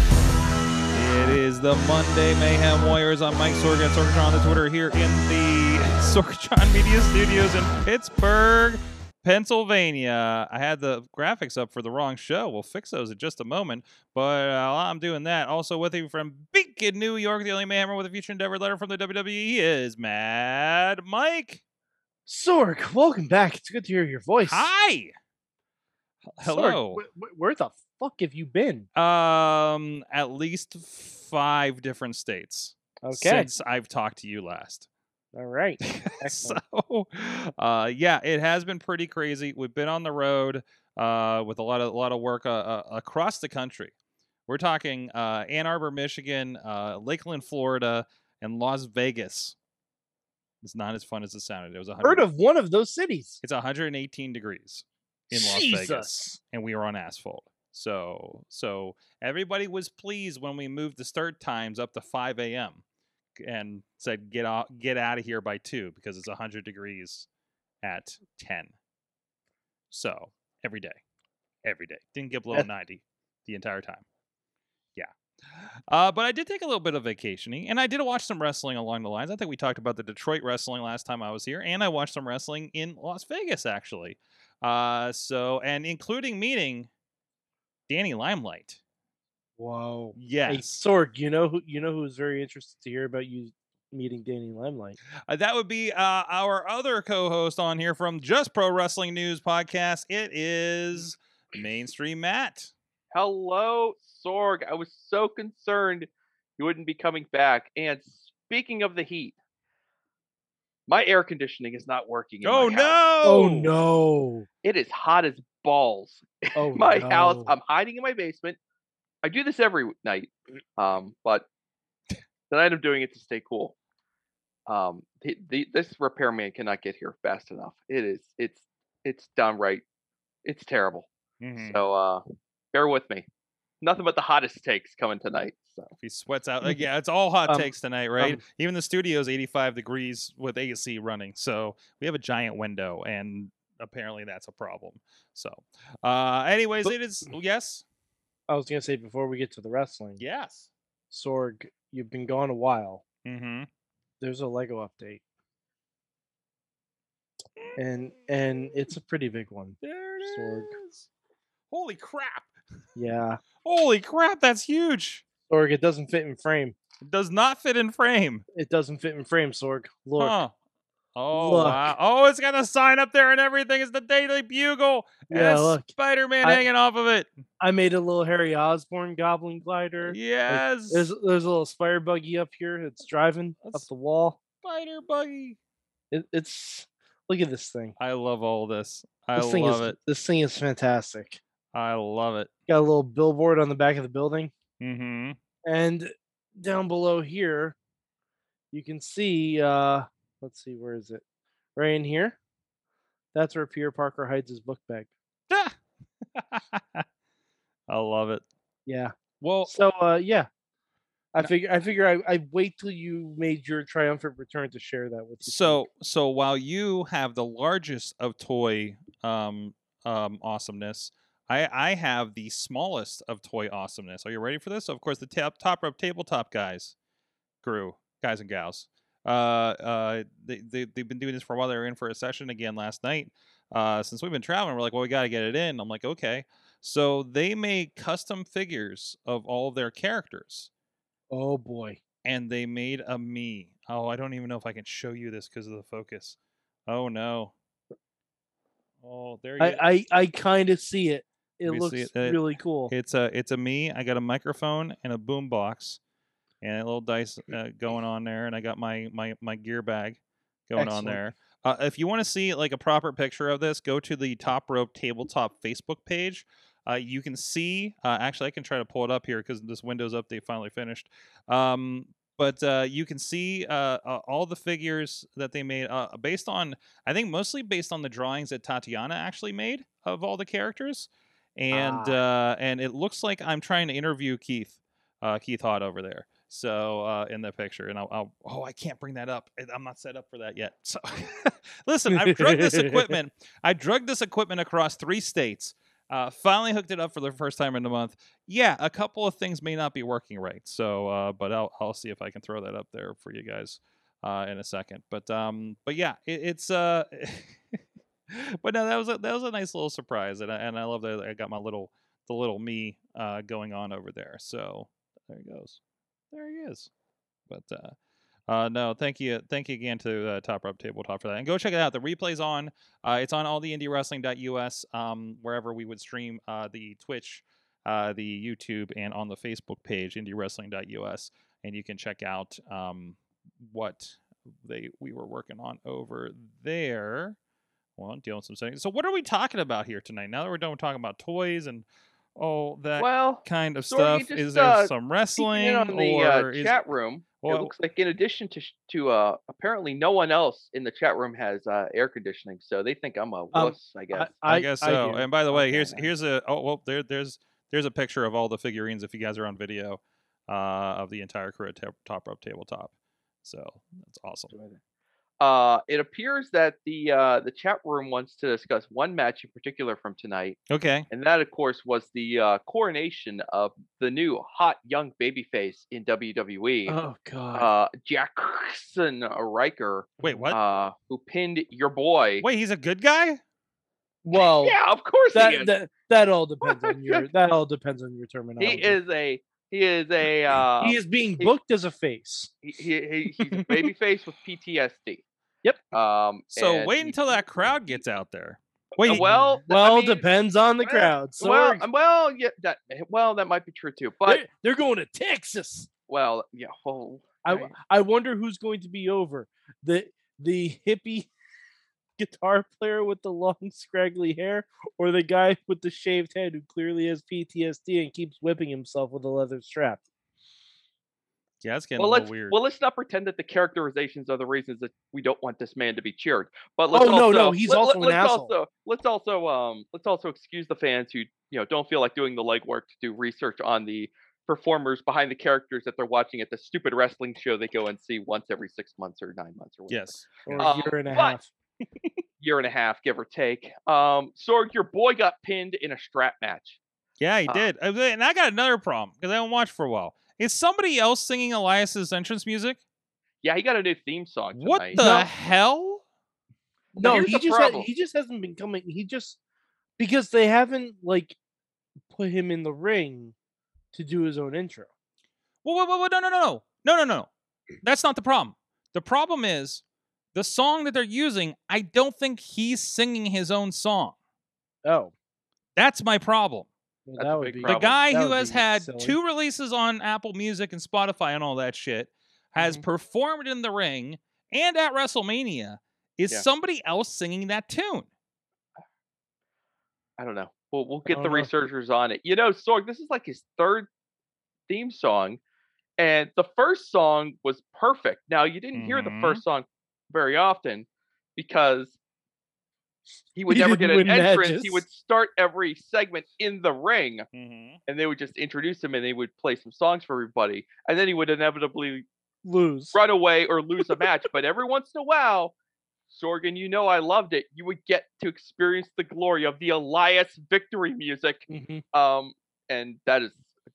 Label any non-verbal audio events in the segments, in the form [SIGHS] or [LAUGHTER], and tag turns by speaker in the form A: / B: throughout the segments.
A: It is the Monday Mayhem Warriors. I'm Mike Sorg and Sorgatron on the Twitter here in the Sorgatron Media Studios in Pittsburgh, Pennsylvania. I had the graphics up for the wrong show. We'll fix those in just a moment. But uh, while I'm doing that, also with you from Beacon, New York, the only Mayhemmer with a future endeavor letter from the WWE is Mad Mike.
B: Sork, welcome back. It's good to hear your voice.
A: Hi. Hello.
B: Sork, wh- wh- where the fuck have you been?
A: Um, at least five different states
B: Okay.
A: since I've talked to you last.
B: All
A: [LAUGHS]
B: right.
A: so
B: Excellent.
A: uh yeah it has been pretty crazy we've been on the road uh with a lot of a lot of work uh, uh, across the country we're talking uh ann arbor michigan uh lakeland florida and las vegas it's not as fun as it sounded it was a
B: Heard of one of those cities?
A: it's 118 degrees in las vegas
B: Jesus.
A: and we were on asphalt so so everybody was pleased when we moved the start times up to 5 a.m and said get out get out of here by 2 because it's 100 degrees at 10 so every day every day didn't get below
B: Yeah.
A: 90 the entire time yeah uh, but i did take a little bit of vacationing and i did watch some wrestling along the lines i think we talked about the detroit wrestling last time i was here and i watched some wrestling in las vegas actually uh, so and including meeting Danny Limelight.
B: Whoa. Hey,
A: Yes,
B: Sork, you know who you know who was very interested to hear about you meeting Danny Limelight.
A: Uh, that would be uh, our other co-host on here from Just Pro Wrestling News podcast. It is Mainstream Matt.
C: Hello, Sorg. I was so concerned you wouldn't be coming back. And speaking of the heat, my air conditioning is not working. in my
A: Oh
C: house.
A: no!
B: no.
C: It is hot as balls.
A: [LAUGHS]
B: Oh
C: my
B: no.
C: house. I'm hiding in my basement. I do this every night, um, but tonight I'm doing it to stay cool. Um, the, the, this repairman cannot get here fast enough. It is. It's. It's downright. It's terrible.
A: Mhm.
C: So uh, bear with me. Nothing but the hottest takes coming tonight. So.
A: He sweats out.
B: [LAUGHS]
A: Like, yeah, it's all hot
B: Um,
A: takes tonight, right?
B: um,
A: Even the studio's 85 degrees with AC running. So we have a giant window, and apparently that's a problem. So, uh, anyways,
B: But-
A: it is yes,
B: I was gonna say before we get to the wrestling,
A: yes.
B: Sorg, you've been gone a while.
A: Mm-hmm.
B: There's a Lego update. And and it's a pretty big one.
A: There it
B: Sorg.
A: is. Holy crap.
B: Yeah.
A: Holy crap, that's huge.
B: Sorg, it doesn't fit in frame.
A: It does not fit in frame.
B: It doesn't fit in frame, Sorg. Look.
A: Huh. Oh,
B: Look.
A: wow. Oh, it's got a sign up there and everything. It's the Daily Bugle.
B: Yeah,
A: and
B: look.
A: Spider Man
B: I-
A: hanging off of it.
B: I made a little Harry Osborn goblin glider.
A: Yes.
B: There's there's a little spider buggy up here. It's driving up
A: That's-
B: the wall.
A: Spider Buggy.
B: It, it's look at this thing.
A: I love all this. I
B: This thing
A: love
B: is
A: it.
B: this thing is fantastic.
A: I love it.
B: Got a little billboard on the back of the building,
A: Mm-hmm. [LAUGHS]
B: and down below here, you can see. uh Let's see, where is it? Right in here. That's where Peter Parker hides his book bag.
A: I love it.
B: Yeah.
A: Well,
B: So uh yeah. I
A: No.
B: figure I figure I I wait till you made your triumphant return to share that with you.
A: so so while you have the largest of toy um um awesomeness i i have the smallest of toy awesomeness are you ready for this of course the top top of tabletop guys grew guys and gals uh uh they, they they've been doing this for a while they were in for a session again last night uh since we've been traveling we're like well we got to get it in i'm like okay so they made custom figures of all of their characters
B: Oh boy.
A: and they made a me. Oh, I don't even know if I can show you this because of the focus. Oh no. Oh, there you.
B: I I, I kind of see it. It
A: We see
B: looks
A: it, uh,
B: really cool.
A: it's a it's a me. I got a microphone and a boom box, and a little dice uh, going on there, and I got my my my gear bag going
B: Excellent.
A: on there. Uh, if you want to see like a proper picture of this, go to the Top Rope Tabletop Facebook page. Uh, you can see, uh, actually, I can try to pull it up here because this Windows update finally finished. Um, but uh, you can see uh, uh, all the figures that they made uh, based on, I think, mostly based on the drawings that Tatiana actually made of all the characters. And uh, and it looks like I'm trying to interview Keith, uh, Keith Hod over there. So uh, in the picture, and I'll, I'll oh I can't bring that up. I'm not set up for that yet. So [LAUGHS] listen, I've drugged this equipment I drugged this equipment across three states. Uh, finally hooked it up for the first time in a month. Yeah, a couple of things may not be working right. So, uh, but I'll I'll see if I can throw that up there for you guys uh, in a second. But um, but yeah, it, it's uh, [LAUGHS] but no, that was a, that was a nice little surprise, and I, and I love that I got my little the little me uh, going on over there. So there he goes, there he is. But uh, uh, no, thank you, thank you again to uh, Top Rope Tabletop for that, and go check it out. The replay's on. Uh, it's on all the indiewrestling.us, um, wherever we would stream uh, the Twitch, uh, the YouTube, and on the Facebook page, indiewrestling.us. And you can check out um, what they we were working on over there. Well, I'm dealing with some settings. So, what are we talking about here tonight? Now that we're done talking about toys and all that
C: Well,
A: kind of
C: so you
A: stuff,
C: just,
A: is there
C: uh,
A: some
C: peeking
A: wrestling
C: in on the
A: or
C: uh,
A: is,
C: chat room,
A: or-
C: it looks like in addition to sh- to uh, apparently no one else in the chat room has uh, air conditioning, so they think I'm a wuss. I guess.
A: Um, I, guess so.
B: do.
A: and by the way, here's
C: Okay.
A: here's a oh well there there's there's a picture of all the figurines if you guys are on video uh, of the entire crew at Ta- Top Rope Tabletop. So that's awesome.
C: Uh, it appears that the uh, the chat room wants to discuss one match in particular from tonight,
A: Okay.
C: and that, of course, was the uh, coronation of the new hot young babyface in WWE,
B: Oh god.
C: uh, Jackson Riker,
A: Wait, what?
C: uh, who pinned your boy.
A: Wait, he's a good guy?
B: well,
C: yeah, of course he
B: that,
C: is.
B: that that
C: [LAUGHS]
B: all depends on your that all depends on your terminology.
C: he is a he
A: [LAUGHS]
C: is a uh,
B: he is being booked as a face.
C: he, he, he- he's a baby face with PTSD.
B: Yep.
C: Um.
A: So
C: and
A: wait
C: he-
A: until that crowd gets out there.
C: Uh,
A: Wait,
C: well, th- I
B: Well,
C: mean,
B: depends on the
C: well,
B: crowd. So
C: Well, um, well, yeah, that well, that might be true too. But
B: they're, they're going to Texas.
C: well, yeah, well,
B: I
C: right.
B: I wonder who's going to be over the the hippie [LAUGHS] guitar player with the long [LAUGHS] scraggly hair or the guy with the shaved head who clearly has PTSD and keeps whipping himself with a leather strap.
A: yeah, it's getting
C: well,
A: a little
C: let's
A: weird.
C: well, let's not pretend that the characterizations are the reasons that we don't want this man to be cheered. But let's
B: Oh, no, no,
C: also-
B: he's
C: let- let-
B: also an
C: let's
B: asshole.
C: Also, let's also um let's also excuse the fans who you know don't feel like doing the legwork to do research on the performers behind the characters that they're watching at the stupid wrestling show they go and see once every six months or nine months or whatever.
A: yes.
B: Or a
C: Um,
B: year and a
C: but-
B: half.
C: year and a half, give or take. Um, Sorg, your boy got pinned in a strap match.
A: Yeah, he
C: Uh,
A: did. Uh, And I got another problem because I haven't watched for a while. Is somebody else singing Elias's entrance music?
C: Yeah, he got a new theme song.
A: What
C: tonight.
A: the
B: No.
A: hell?
C: Now,
B: No,
C: here's
B: he
C: the
B: just ha-
C: problem.
B: he just hasn't been coming. He just because they haven't like put him in the ring to do his own intro.
A: Whoa, whoa, whoa, whoa, no, no, no, no, no, no, no.
B: Mm.
A: That's not the problem. The problem is the song that they're using. I don't think he's singing his own song.
B: Oh,
A: That's my problem.
B: well,
C: That's a
B: that would
C: big
B: be
A: The
C: Problem.
A: guy
B: that
A: who
B: would
A: has
B: be
A: had
B: silly.
A: two releases on Apple Music and Spotify and all that shit has
B: Mm-hmm.
A: performed in the ring and at WrestleMania. Is
C: Yeah.
A: somebody else singing that tune?
C: I don't know. We'll we'll get
B: don't
C: the
B: know.
C: researchers on it. You know, Sorg, this is like his third theme song, and the first song was perfect. Now you didn't hear the
B: Mm-hmm.
A: Mhm.
C: first song very often because
B: [LAUGHS]
C: he would
B: He
C: never get
B: didn't
C: an
B: win
C: entrance. He
B: matches.
C: would start every segment in the ring,
A: Mm-hmm.
C: and they would just introduce him, and they would play some songs for everybody, and then he would inevitably
B: lose.
C: run away or lose a match. But every once in a while, Sorgan, you know I loved it. You would get to experience the glory of the Elias victory music.
B: Mhm.
C: Um, and that is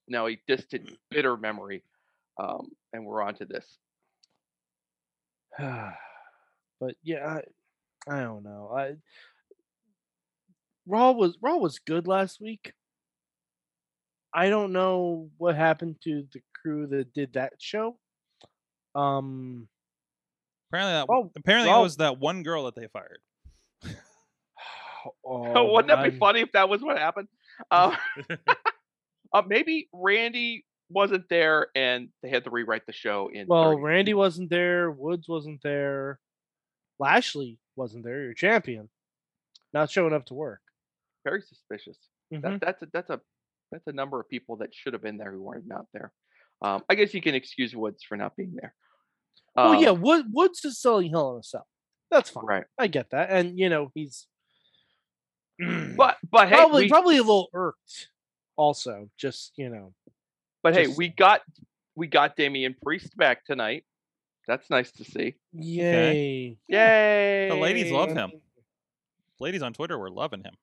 C: now a distant,
B: Mm.
C: bitter memory. Um, and we're on to this. [LAUGHS]
B: [SIGHS] but yeah, I, I don't know. I Raw was Raw was good last week. I don't know what happened to the crew that did that show.
C: [LAUGHS]
B: Um, [SIGHS]
A: Apparently, that,
B: Well,
A: apparently it
B: well-
A: was that one girl that they fired.
B: oh,
C: Wouldn't that be
B: I'm-
C: funny if that was what happened?
B: [LAUGHS] Oh.
C: Uh, uh, maybe Randy wasn't there and they had to rewrite the show in
B: Well,
C: 30
B: Randy wasn't there. Woods wasn't there. Lashley wasn't there. Your champion, not showing up to work.
C: very suspicious.
B: Mhm.
C: That, that's a, that's a that's a number of people that should have been there who weren't not there. Um, I guess you can excuse Woods for not being there.
B: well, oh, yeah,
C: Um,
B: Wood, Woods is selling Hell in a Cell. That's fine.
C: right.
B: I get that, and you know he's
A: Mm,
C: But but hey,
B: Mm. probably
C: we,
B: probably a little irked. Also, just you know,
C: but hey,
B: just-
C: we got we got Damian Priest back tonight. That's nice to see.
B: yay.
C: Yay!
A: The ladies love him. [LAUGHS] Ladies on Twitter were loving him.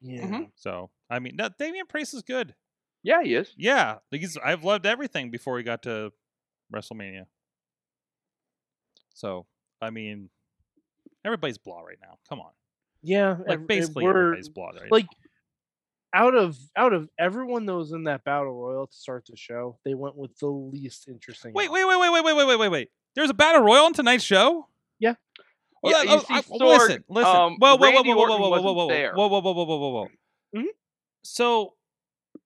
B: Yeah.
A: Mm-hmm. So I mean, no, Damian Priest is good.
C: Yeah, he is.
A: Yeah, he's, I've loved everything before he got to WrestleMania. So I mean, everybody's blah right now. Come on,
B: Yeah.
A: like
B: ev-
C: eh,
B: it-
A: basically
B: we're
A: everybody's blah right.
B: like out of out of everyone that was in that battle royal to start the show, they went with the least interesting.
A: now. wait,
B: outcome.
A: wait, wait, wait, wait, wait, wait, wait, wait, wait. There's a battle royal on tonight's show.
B: Yeah.
A: Well,
C: Yeah,
A: I- I-
C: you see
A: I-
C: Sorg,
A: listen, listen.
C: um,
A: whoa, whoa, whoa,
C: Randy
A: whoa, whoa,
C: Orton
A: whoa, whoa, whoa,
C: wasn't
A: whoa,
C: there. Mm-hmm.
A: whoa, whoa, whoa, whoa, whoa, whoa, whoa.
B: Mhm.
A: So,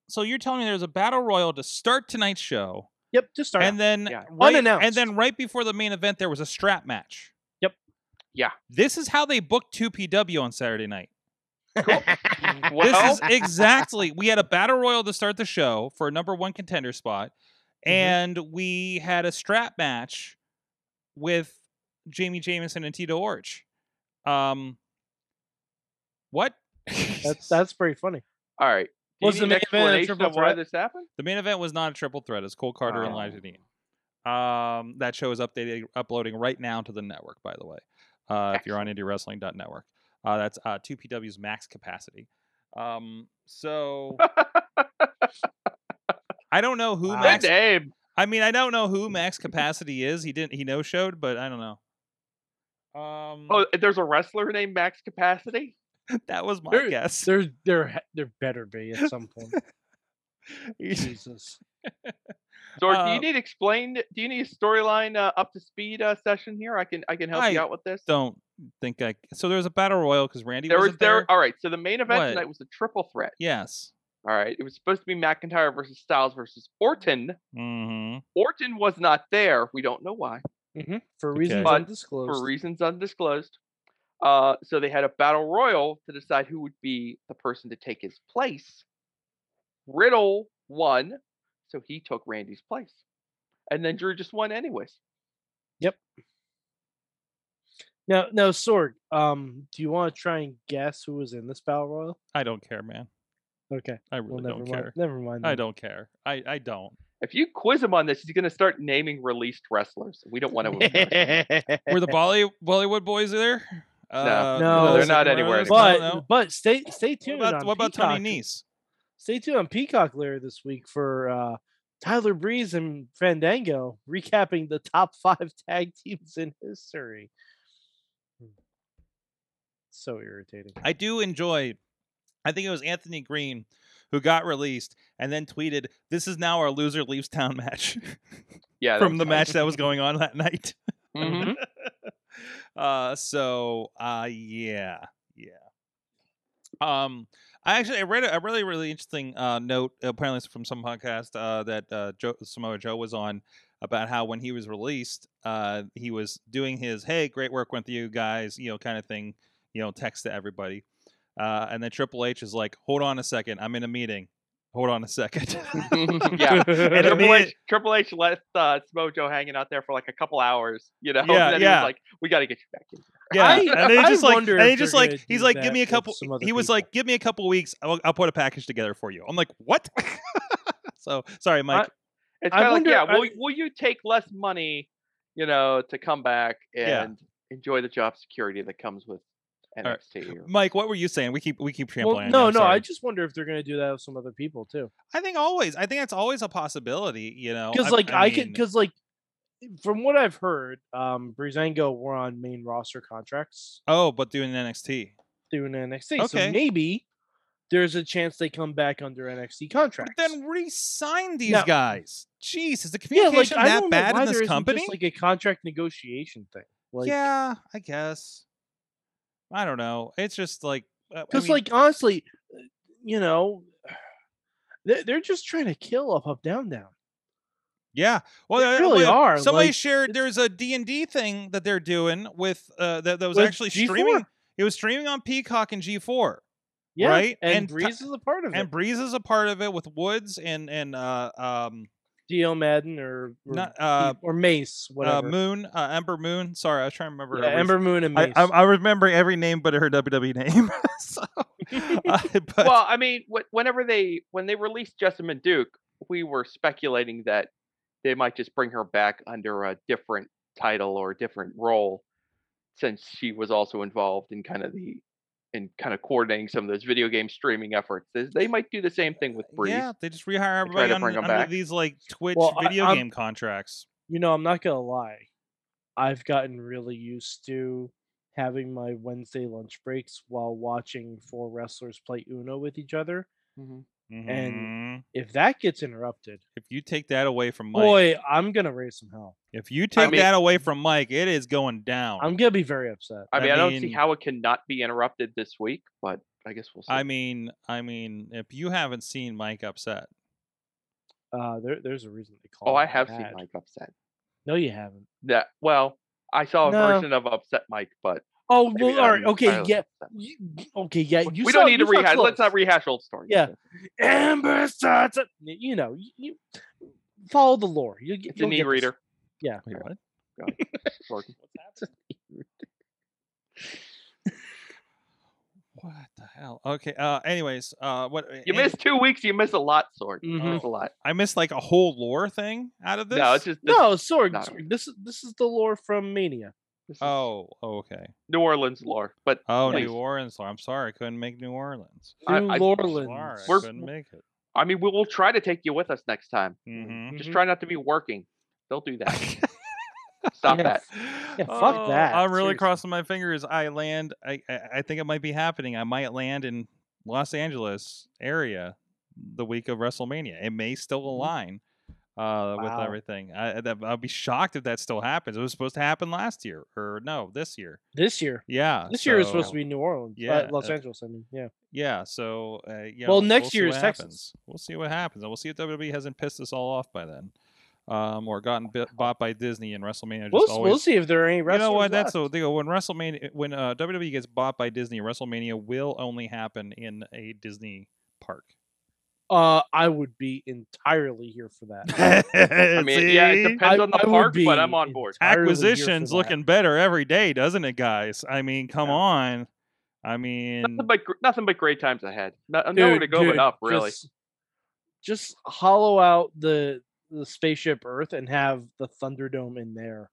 A: so you're telling me there's a battle royal to start tonight's show,
B: Yep. Just start.
A: and then
C: Yeah.
A: right, and
B: Unannounced. [LAUGHS]
A: then right before the main event there was a strap match.
B: Yep.
C: Yeah.
A: This is how they booked 2PW on Saturday night.
B: [LAUGHS]
C: Well-
A: This is exactly. We had a battle royal to start the show for a number one contender spot,
B: Mm-hmm.
A: and we had a strap match with Jamie Jamison and Tito Orch. Um, what? [LAUGHS]
B: that's that's pretty funny.
C: All right. Do you
B: Was the
C: need an
B: main event a
C: explanation
B: triple
C: of why
B: threat?
C: this happened?
A: the main event was not a triple threat. It's Cole Carter and
C: Oh.
A: Elijah Dean. Um, that show is updated, uploading right now to the network. By the way, uh, if you're on IndieWrestling.network, uh, that's uh, two PW's max capacity. Um, so I don't know who
B: Wow.
C: Good
A: max.
C: name.
A: I mean, I don't know who max capacity is. He didn't. He no showed, but I don't know. Um,
C: Oh, there's a wrestler named Max Capacity.
A: that was my
B: there-
A: guess. [LAUGHS]
B: There there ha- there better be at some point. Jesus.
C: Sorg, do
A: Uh,
C: you need explain? Do you need a storyline uh, up to speed uh, session here? I can I can help you
A: I
C: out with this.
A: don't think I. So there was a battle royal because Randy
C: There was
A: wasn't
C: there. All right. So the main event
A: What?
C: tonight was a triple threat.
A: Yes.
C: All right. It was supposed to be McIntyre versus Styles versus Orton.
A: Mm-hmm.
C: Orton was not there. We don't know why
B: hmm For
A: Okay.
B: reasons
C: But
B: undisclosed.
C: for reasons undisclosed. Uh, so they had a battle royal to decide who would be the person to take his place. Riddle won, so he took Randy's place, and then Drew just won anyways.
B: now now Sorg, um, do you want to try and guess who was in this battle royal?
A: I don't care, man.
B: Okay.
A: I
B: Well,
A: really
B: never
A: don't
B: mind.
A: care.
B: Never mind.
A: I
B: then.
A: don't care. I, I don't.
C: If you quiz him on this, he's going to start naming released wrestlers. We don't want
B: [LAUGHS]
C: to.
A: [LAUGHS] Were the Bolly, Bollywood boys there? Uh, No,
B: No, they're
C: not anywhere
B: but but stay stay tuned.
A: what about,
B: on
A: what about Tony
B: Peacock.
A: Nese?
B: Stay tuned on Peacock later this week for uh, Tyler Breeze and Fandango recapping the top [LAUGHS] five tag teams in history. Hmm. So
A: [LAUGHS]
B: irritating.
A: I do enjoy. I think it was Anthony Green who got released and then tweeted, "This is now our loser leaves town [LAUGHS] match
C: yeah,
A: from the match that was going on that night." [LAUGHS]
C: hmm
A: uh, so uh, yeah, yeah. Um, I actually I read a, a really really interesting uh, note apparently it's from some podcast uh, that uh, Joe, Samoa Joe was on about how when he was released, uh, he was doing his "Hey, great work with you guys," you know, kind of thing, you know, text to everybody, uh, and then Triple H is like, "Hold on a second, I'm in a meeting. Hold on a second.
B: [LAUGHS]
C: yeah.
A: And
C: Triple
A: immediate-
C: H, Triple H left uh, Smojo hanging out there for like a couple hours, you know. [LAUGHS] and
A: Yeah,
C: then he
A: yeah.
C: was like, "We got to get you back in." here."
A: Yeah,
B: I-
A: and they
B: I
A: just like,
B: wonder
A: and
B: if
A: he just
B: they're
A: like,
B: gonna
A: he's
B: do
A: like,
B: that
A: give me a
B: with
A: couple.
B: some other
A: He was
B: people.
A: like, give me a couple weeks. I'll, I'll put a package together for you. I'm like, what? [LAUGHS] so sorry, Mike.
C: It's
B: I
C: kind of like,
B: wonder-
C: yeah,
B: I-
C: will, will you take less money, you know, to come back and
A: Yeah.
C: enjoy the job security that comes with
A: right. uh,
C: NXT? or-
A: Mike, what were you saying? We keep we keep
B: Well,
A: trampling. on you,
B: no,
A: I'm
B: no.
A: sorry.
B: I just wonder if they're going to do that with some other people too.
A: I think always. I think that's always a possibility. You know,
B: because like I, can
A: mean, uh
B: because like from what I've heard, um, Brizango were on main roster contracts
A: Oh, but doing NXT.
B: through an NXT,
A: Okay.
B: so maybe there's a chance they come back under NXT
A: But
B: contracts.
A: then re-sign these
B: Now-
A: guys. Jeez, is the
B: yeah, like
A: communication
B: I
A: that
B: don't know
A: bad
B: why
A: in
B: there
A: this
B: isn't
A: company?
B: just like a contract negotiation thing. Like,
A: yeah, I guess. I don't know. It's just like uh, I
B: because
A: mean,
B: like honestly, uh, you know, they're, they're just trying to kill up, up, down, down.
A: Yeah, well,
B: They
A: uh,
B: really
A: well,
B: are,
A: Somebody
B: like,
A: shared
B: it's-
A: there's a D and D thing that they're doing with uh, that, that was
B: With
A: actually
B: G4.
A: streaming. It was streaming on Peacock and G4.
B: Yeah,
A: Right?
B: And,
A: And
B: Breeze
A: Ty-
B: is a part of
A: And
B: it.
A: Breeze is a part of it with Woods and and uh um
B: DL Madden or or,
A: not uh,
B: or Mace,
A: uh
B: whatever.
A: Moon uh Ember Moon. Sorry, I was trying to remember.
B: Yeah,
A: her
B: Ember Moon and
A: I,
B: Mace.
A: I, I remember every name but her WWE name. [LAUGHS]
B: [LAUGHS]
A: so, uh, but
C: well, I mean, wh- whenever they when they released Jessamine Duke, we were speculating that they might just bring her back under a different title or a different role, since she was also involved in kind of the in kind of coordinating some of those video game streaming efforts. They- They might do the same thing with Breeze.
A: Uh, yeah, they just rehire
C: They try
A: everybody
C: to
A: on,
C: bring 'em
A: under
C: back.
A: these like Twitch
B: Well, I-
A: video
B: I'm-
A: game contracts.
B: you know, I'm not gonna lie. I've gotten really used to having my Wednesday lunch breaks while watching four wrestlers play Uno with each other.
C: Mm-hmm.
A: Mhm.
B: If that gets interrupted,
A: if you take that away from Mike,
B: boy, I'm gonna raise some hell.
A: if you take
C: mean-
A: that away from Mike, it is going down.
C: Oh.
B: I'm gonna be very upset.
C: I
A: I
C: mean, I don't see
A: mean-
C: how it cannot be interrupted this week, but I guess we'll see.
A: I mean, I mean, if you haven't seen Mike upset,
B: Uh, there, there's a reason they call.
C: oh, I
B: it
C: have seen
B: that.
C: Mike upset.
B: No, you haven't.
C: That well, I saw a
B: No.
C: version of upset Mike, but
B: Oh
C: maybe
B: well,
C: not
B: all right, okay,
C: entirely
B: yeah,
C: upset.
B: you, okay, yeah.
C: W-
B: You
C: we
B: saw-
C: don't need
B: you
C: to
B: saw
C: rehash. Let's not
B: close.
C: rehash old stories.
B: Yeah.
C: but
B: Amber starts. a- You know, you, you follow the lore. You,
C: It's
B: you'll
C: an
B: get this.
C: e-reader.
A: wait, what?
B: [LAUGHS]
C: Jordan.
A: What the hell? Okay. Uh, anyways, uh, what
C: You
A: and-
C: missed two weeks. You missed a lot, Sword. You
B: Mhm.
C: missed a lot.
A: I missed like a whole lore thing out of this.
C: No, it's just this,
B: No, Sorg.
C: not a-
B: Sorg, This is this is the lore from Mania.
C: this is
A: Oh, okay.
C: New Orleans lore. But
A: Oh,
C: Please.
A: New Orleans lore. I'm sorry, I couldn't make New Orleans.
C: I-
B: New
C: I-
B: Orleans.
A: Sorry, I
C: We're-
A: couldn't make it.
C: I mean, we will try to take you with us next time.
A: Mhm.
C: Just
B: Mhm.
C: try not to be working. Don't
B: [LAUGHS]
C: do that.
A: Mm-hmm.
C: [LAUGHS]
A: [LAUGHS]
C: Stop
B: Yeah.
C: that.
A: Yeah,
B: fuck that, [LAUGHS]
A: I'm Uh, really
B: seriously.
A: crossing my fingers. I land. I, I I think it might be happening. I might land in Los Angeles area the week of WrestleMania. It may still align uh, with
B: Mm-hmm. Wow.
A: everything. I, that, I'll be shocked if that still happens. It was supposed to happen last year, or no, this year.
B: This year.
A: Yeah,
B: This year is supposed
A: so-
B: to be New Orleans. Yeah,
A: yeah,
B: Los
A: uh,
B: Angeles. I mean, yeah.
A: Yeah, so uh, you
B: Well,
A: know,
B: next
A: we'll see
B: year
A: what
B: is Texas.
A: happens. We'll see what happens, and we'll see if WWE hasn't pissed us all off by then, um, or gotten bit, bought by Disney and WrestleMania. Just
B: We'll, s-
A: always,
B: we'll see if there are any
A: you
B: wrestlers.
A: know what? That's the
B: left.
A: thing. When WrestleMania, when uh, WWE gets bought by Disney, WrestleMania will only happen in a Disney park.
B: Uh, I would be entirely here for that.
A: [LAUGHS]
C: I mean, yeah, it
A: See?
C: depends
B: I-
C: on the
B: I would
C: park, but I'm
B: be
C: on board.
B: entirely here for
A: acquisitions
B: that.
A: looking better every day, doesn't it, guys? I mean, come
C: Yeah.
A: on. I mean,
C: Nothing but gr- nothing but great times ahead. No,
B: [LAUGHS]
C: uh, nowhere to
B: Dude,
C: go
B: dude,
C: but up, really.
B: Just, just hollow out the the spaceship Earth and have the Thunderdome in there.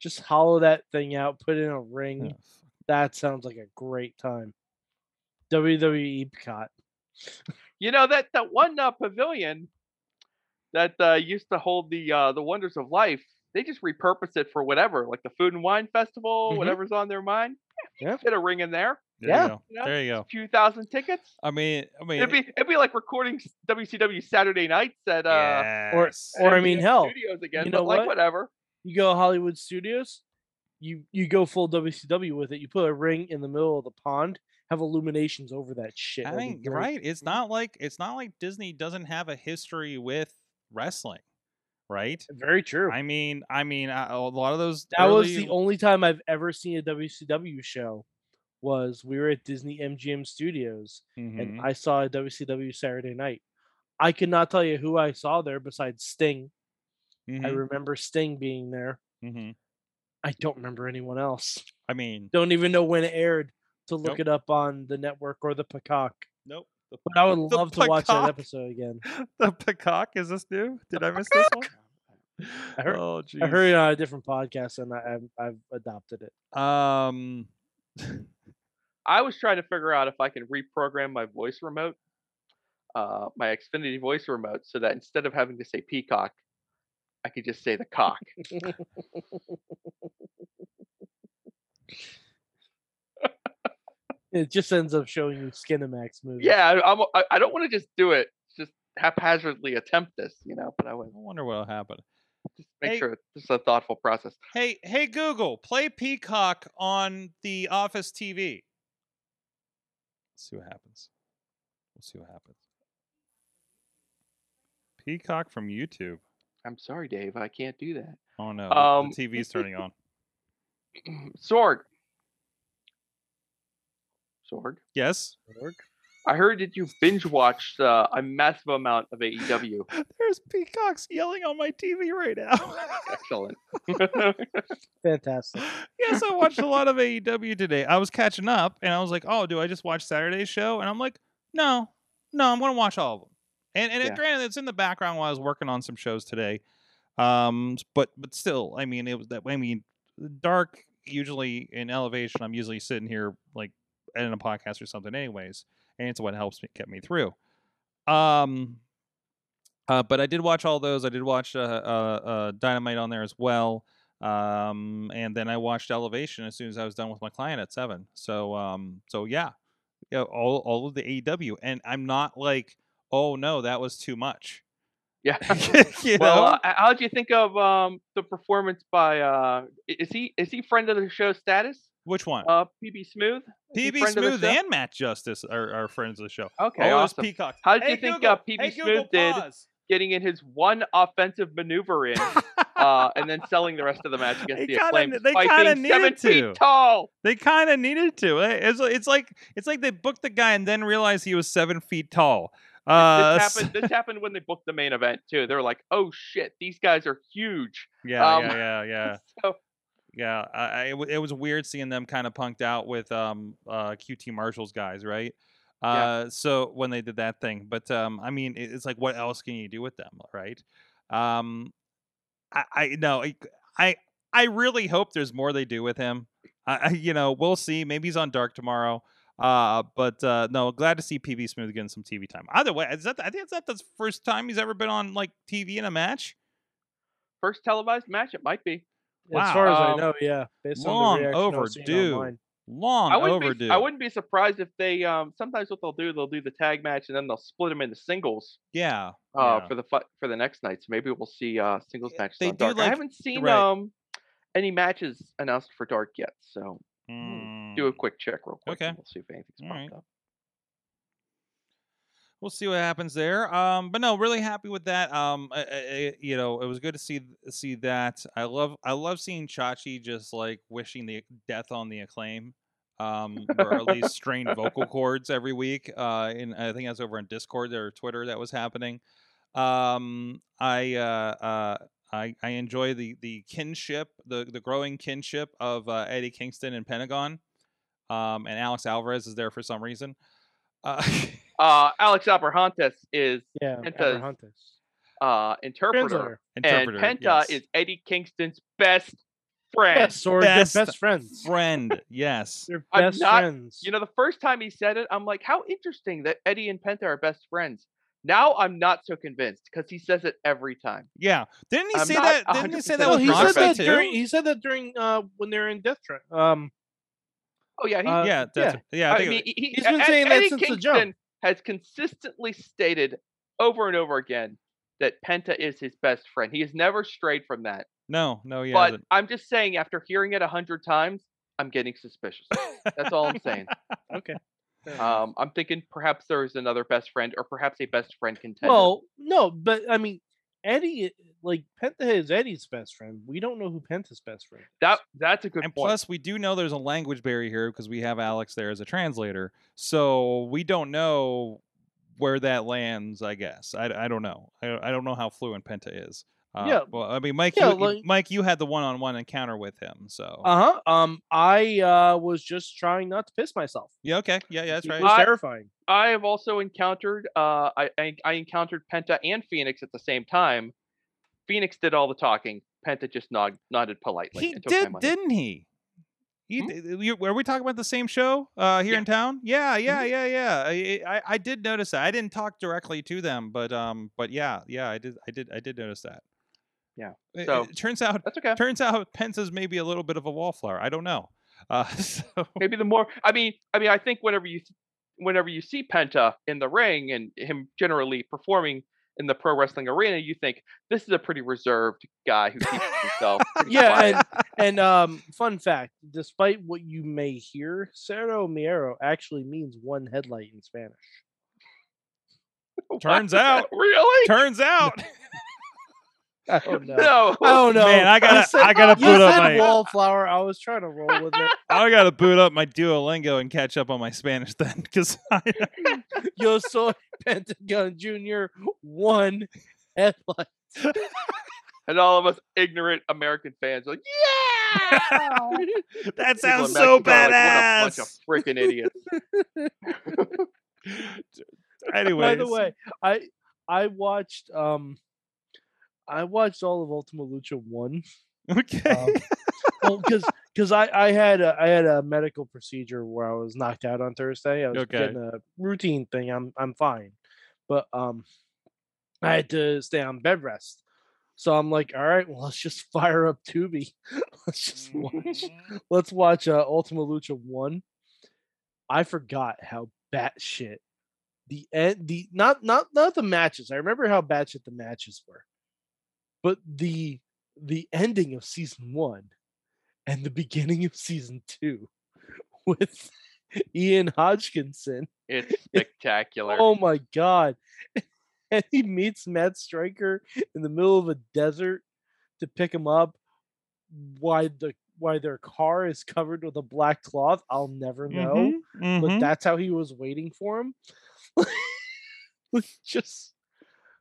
B: Just hollow that thing out. Put in a ring.
A: yeah.
B: That sounds like a great time. WWE Epcot.
C: You know that that one uh, pavilion that uh, used to hold the uh, the wonders of life. They just repurpose it for whatever, like the food and wine festival,
B: Mhm.
C: whatever's on their mind.
B: Yeah.
C: Fit a ring in there.
A: there
B: Yeah.
A: you go.
C: Yeah.
A: There you go.
C: Few thousand tickets.
A: I mean, I mean,
C: It'd be it'd be like recording s- WCW Saturday nights at uh
A: yes.
B: Or, I
C: NBC
B: mean, hell,
C: studios again,
B: you
C: but
B: know
C: like
B: what?
C: whatever.
B: you go to Hollywood Studios, you you go full WCW with it. You put a ring in the middle of the pond, have illuminations over that shit.
A: I
B: that'd be
A: think
B: great.
A: right. It's not like it's not like Disney doesn't have a history with wrestling, right?
B: Very true.
A: I mean, I mean, uh, a lot of those.
B: that was
A: early-
B: the only time I've ever seen a WCW show. Was we were at Disney MGM Studios
A: Mhm.
B: and I saw a WCW Saturday Night. I could not tell you who I saw there besides Sting. I
A: Mhm,
B: remember Sting being there.
A: mhm.
B: I don't remember anyone else.
A: I mean,
B: Don't even know when it aired to look
A: Nope.
B: it up on the network or the Peacock.
A: nope. The,
B: But I would
A: [LAUGHS] The
B: love to watch that
A: Peacock.
B: episode
A: [LAUGHS]
B: again.
A: the peacock is this new? Did I miss this one?
B: I heard-
A: oh,
B: I
A: jeez.
B: heard it on a different podcast and I, I've, I've adopted it.
A: Um,
C: I was trying to figure out if I can reprogram my voice remote, uh, my Xfinity voice remote, so that instead of having to say peacock, I could just say the cock.
B: It just ends up showing you Skinamax movies.
C: yeah, I, I'm, I, I don't want to just do it, just haphazardly attempt this, you know. But I would
A: I wonder what'll happen.
C: just make
A: Hey.
C: sure this is a thoughtful process.
A: Hey, hey, Google, play Peacock on the Office TV. Let's see what happens. We'll see what happens. Peacock from YouTube.
C: I'm sorry, Dave, I can't do that.
A: Oh no,
C: Um,
A: the
B: [LAUGHS]
A: TV's turning on.
C: Mm, Sorg. Sorg.
A: Yes.
C: I heard that you binge watched uh, a E massive amount of AEW.
A: There's peacocks yelling on my TV right now.
B: [LAUGHS]
C: Excellent. [LAUGHS]
B: Fantastic.
A: yes, I watched a lot of AEW today. I was catching up and I was like, oh, do I just watch Saturday's show? And I'm like, no, no, I'm going to watch all of them. And, and it-
C: Yeah.
A: granted, it's in the background while I was working on some shows today. Um, s- but but still, I mean, it was that. I mean, dark usually in elevation. I'm usually sitting here like editing a podcast or something, anyways, and it's what helps me get me through. Um, uh, but I did watch all those. I did watch uh, uh, uh, Dynamite on there as well. Um, and then I watched Elevation as soon as I was done with my client at seven. So um, so yeah, yeah, all all of the AEW, and I'm not like, oh no, that was too
C: [LAUGHS]
A: much.
C: Yeah.
A: [LAUGHS] You
C: Well,
A: know?
C: uh, how would you think of um, the performance by? Uh, i- is he is he friend of the show status?
A: which one?
C: Uh, PB Smooth. Is he
A: PB
C: friend of the
A: Smooth
C: show?
A: and Matt Justice are, are friends of the show.
C: Okay,
A: oh, it was
C: awesome.
A: Peacock.
C: How did
A: Hey,
C: you think,
A: Google.
C: uh, PB
A: hey,
C: Smooth
A: Google,
C: did?
A: pause.
C: Getting in his one offensive maneuver in, [LAUGHS] uh, and then selling the rest of the match against
A: [LAUGHS] They
C: the
A: kinda-
C: acclaimed
A: they
C: despite
A: kinda
C: being seven
A: needed to.
C: feet tall.
A: [LAUGHS] They kind of needed to. Eh, It's, it's like it's like they booked the guy and then realized he was seven feet tall. Uh,
C: this
A: s-
C: happened. This happened when they booked the main event too. They were like, "Oh shit, these guys are huge."
A: [LAUGHS] Yeah,
C: Um,
A: yeah, yeah, yeah.
C: [LAUGHS] So
A: Yeah, I, I- it, wa- it was weird seeing them kind of punked out with um uh QT Marshall's guys, right? Uh so when they did that thing, but um I mean it, it's like what else can you do with them, right? Um I I no, I I, I really hope there's more they do with him. I, I you know, we'll see. Maybe he's on dark tomorrow. Uh, but uh, no, glad to see PB Smooth getting some TV time. Either way, is that I think it's not the first time he's ever been on like TV in a match.
C: first televised match, it might be.
A: Wow.
B: As far as I
C: Um,
B: know, yeah. Based
A: long
B: on the reaction I was seeing
A: overdue.
B: online.
A: Long
C: I wouldn't
A: overdue.
C: Be, I wouldn't be surprised if they um, sometimes what they'll do they'll do the tag match and then they'll split them into singles
A: Yeah.
C: uh,
A: yeah.
C: for the fi- for the next night. So maybe we'll see uh, singles
A: Yeah,
C: matches
A: they
C: on
A: do
C: Dark. I
A: like-
C: haven't seen
A: right.
C: um, any matches announced for Dark yet, so do a
A: Mm.
C: quick check real quick.
A: Okay.
C: and we'll see if anything's
A: All
C: popped
A: right.
C: up.
A: we'll see what happens there. Um, but no, really happy with that. Um, I, I- I- you know, it was good to see see that. I love I love seeing Chachi just like wishing the death on the acclaim. Um, or at least strained vocal cords every week. Uh, and I think that's over on Discord or Twitter that was happening. Um, I uh, uh, I I enjoy the the kinship, the the growing kinship of uh, Eddie Kingston and Pentagon. Um, and Alex Alvarez is there for some reason. Uh, [LAUGHS]
C: Uh, Alex Abrahantes is
B: Yeah.
C: Penta's
B: Pocahontas.
C: uh, interpreter,
B: Translator.
C: and
A: interpreter,
C: Penta
A: yes.
C: is Eddie Kingston's best friend.
B: Yes, or they're
A: Best
B: best friends.
A: friend. Yes.
B: They're
C: I'm
B: best
C: not-
B: friends.
C: You know, the first time he said it, I'm like, how interesting that Eddie and Penta are best friends. Now I'm not so convinced because he says it every time.
A: Yeah. Didn't he
C: I'm
A: say
C: not
A: that? Didn't he
C: 100%
A: say that
B: well,
C: Well,
A: with
B: he said
A: Moxley
B: that
A: too?
B: during. He said that during uh, when they're in Death Trap. Um,
C: Oh yeah, he,
B: uh,
A: yeah, that's yeah. I
C: I
A: think it-
C: mean, he, he-
B: he's been
C: Ed-
B: saying that
C: Eddie
B: since the
C: Kingston
B: jump.
C: has consistently stated over and over again that Penta is his best friend. He has never strayed from that.
A: no, no, yeah.
C: but I'm just saying, after hearing it a hundred times, I'm getting suspicious. That's all I'm saying.
B: okay. fair enough.
C: um, I'm thinking perhaps there is another best friend, or perhaps a best friend contender.
B: well, no, but I mean, Eddie, eh, like Penta is Eddie's best friend. We don't know who Penta's best friend. is.
C: that that's a good
A: and
C: point.
A: plus, we do know there's a language barrier here because we have Alex there as a translator, so we don't know where that lands. I guess I, I don't know. I, I don't know how fluent Penta is. Uh,
B: Yeah.
A: Well, I mean, Mike,
B: Yeah,
A: you, you-
B: like-
A: Mike, you had the one-on-one encounter with him, so
B: Uh huh. Um, I uh was just trying not to piss myself.
A: yeah. Okay. Yeah. Yeah. That's
B: It
A: right.
B: was
A: [LAUGHS]
C: I-
B: terrifying.
C: I have also encountered uh I, I I encountered Penta and Phoenix at the same time. Phoenix did all the talking. Penta just nod, nodded politely.
A: he
C: and took my
A: did,
C: money.
A: didn't he? He
C: Hmm?
A: did- you- were we talking about the same show uh, here
C: Yeah. Mm-hmm.
A: in town? Yeah, yeah, yeah, yeah. I, I I did notice that. I didn't talk directly to them, but um, but yeah, yeah, I did, I did, I did notice that.
C: Yeah,
A: It-
C: so-
A: it turns out, [LAUGHS]
C: That's okay.
A: turns out, Pence is maybe a little bit of a wallflower. I don't know. Uh, [LAUGHS] so
C: Maybe the more I mean I mean I think whenever you whenever you see Penta in the ring and him generally performing in the pro wrestling arena, you think this is a pretty reserved guy who keeps to
A: [LAUGHS]
C: himself. pretty
B: Yeah,
C: quiet."
B: and and um, fun fact: despite what you may hear, Cerro Miero actually means one headlight in Spanish.
C: What? Oh,
A: turns out-
C: [LAUGHS] really?
A: turns out,
B: I [LAUGHS] don't know.
C: No.
B: Oh,
C: [LAUGHS]
B: I don't know.
A: Man, I gotta-
B: said-
A: I gotta
B: you
A: put up
B: said
A: my-
B: wallflower. I was trying to roll with it.
A: I gotta boot up my Duolingo and catch up on my Spanish then, [LAUGHS] because
B: [LAUGHS] Yo soy Pentagon Junior one
A: [LAUGHS]
B: headline.
C: And all of us ignorant American fans are like,
A: [LAUGHS]
C: yeah.
A: that
C: People in
A: sounds so
C: Mexico are Like, what a bunch
A: badass.
C: of freaking
A: [LAUGHS]
C: idiots.
A: Anyways,
B: By the [LAUGHS] way, I I watched um I watched all of Ultima Lucha one.
A: okay. [LAUGHS]
B: Um, well, because because I I had a, I had a medical procedure where I was knocked out on Thursday. I was
A: Okay.
B: getting a routine thing. I'm I'm fine, but um, I had to stay on bed rest. So I'm like, all right, well, let's just [LAUGHS] fire up Tubi. [LAUGHS] let's just
A: Mm.
B: watch. [LAUGHS] Let's watch uh, Ultima Lucha one. I forgot how batshit the end the not not not the matches. I remember how batshit the matches were, but the the ending of season one and the beginning of season two [LAUGHS] with Ian Hodgkinson.
C: [LAUGHS] It's spectacular.
B: Oh my god. [LAUGHS] And he meets Matt Stryker in the middle of a desert to pick him up. Why the why their car is covered with a black cloth, I'll never know.
C: Mm-hmm,
A: Mhm,
B: But
A: mhm.
B: that's how he was waiting for him. [LAUGHS] Like, Just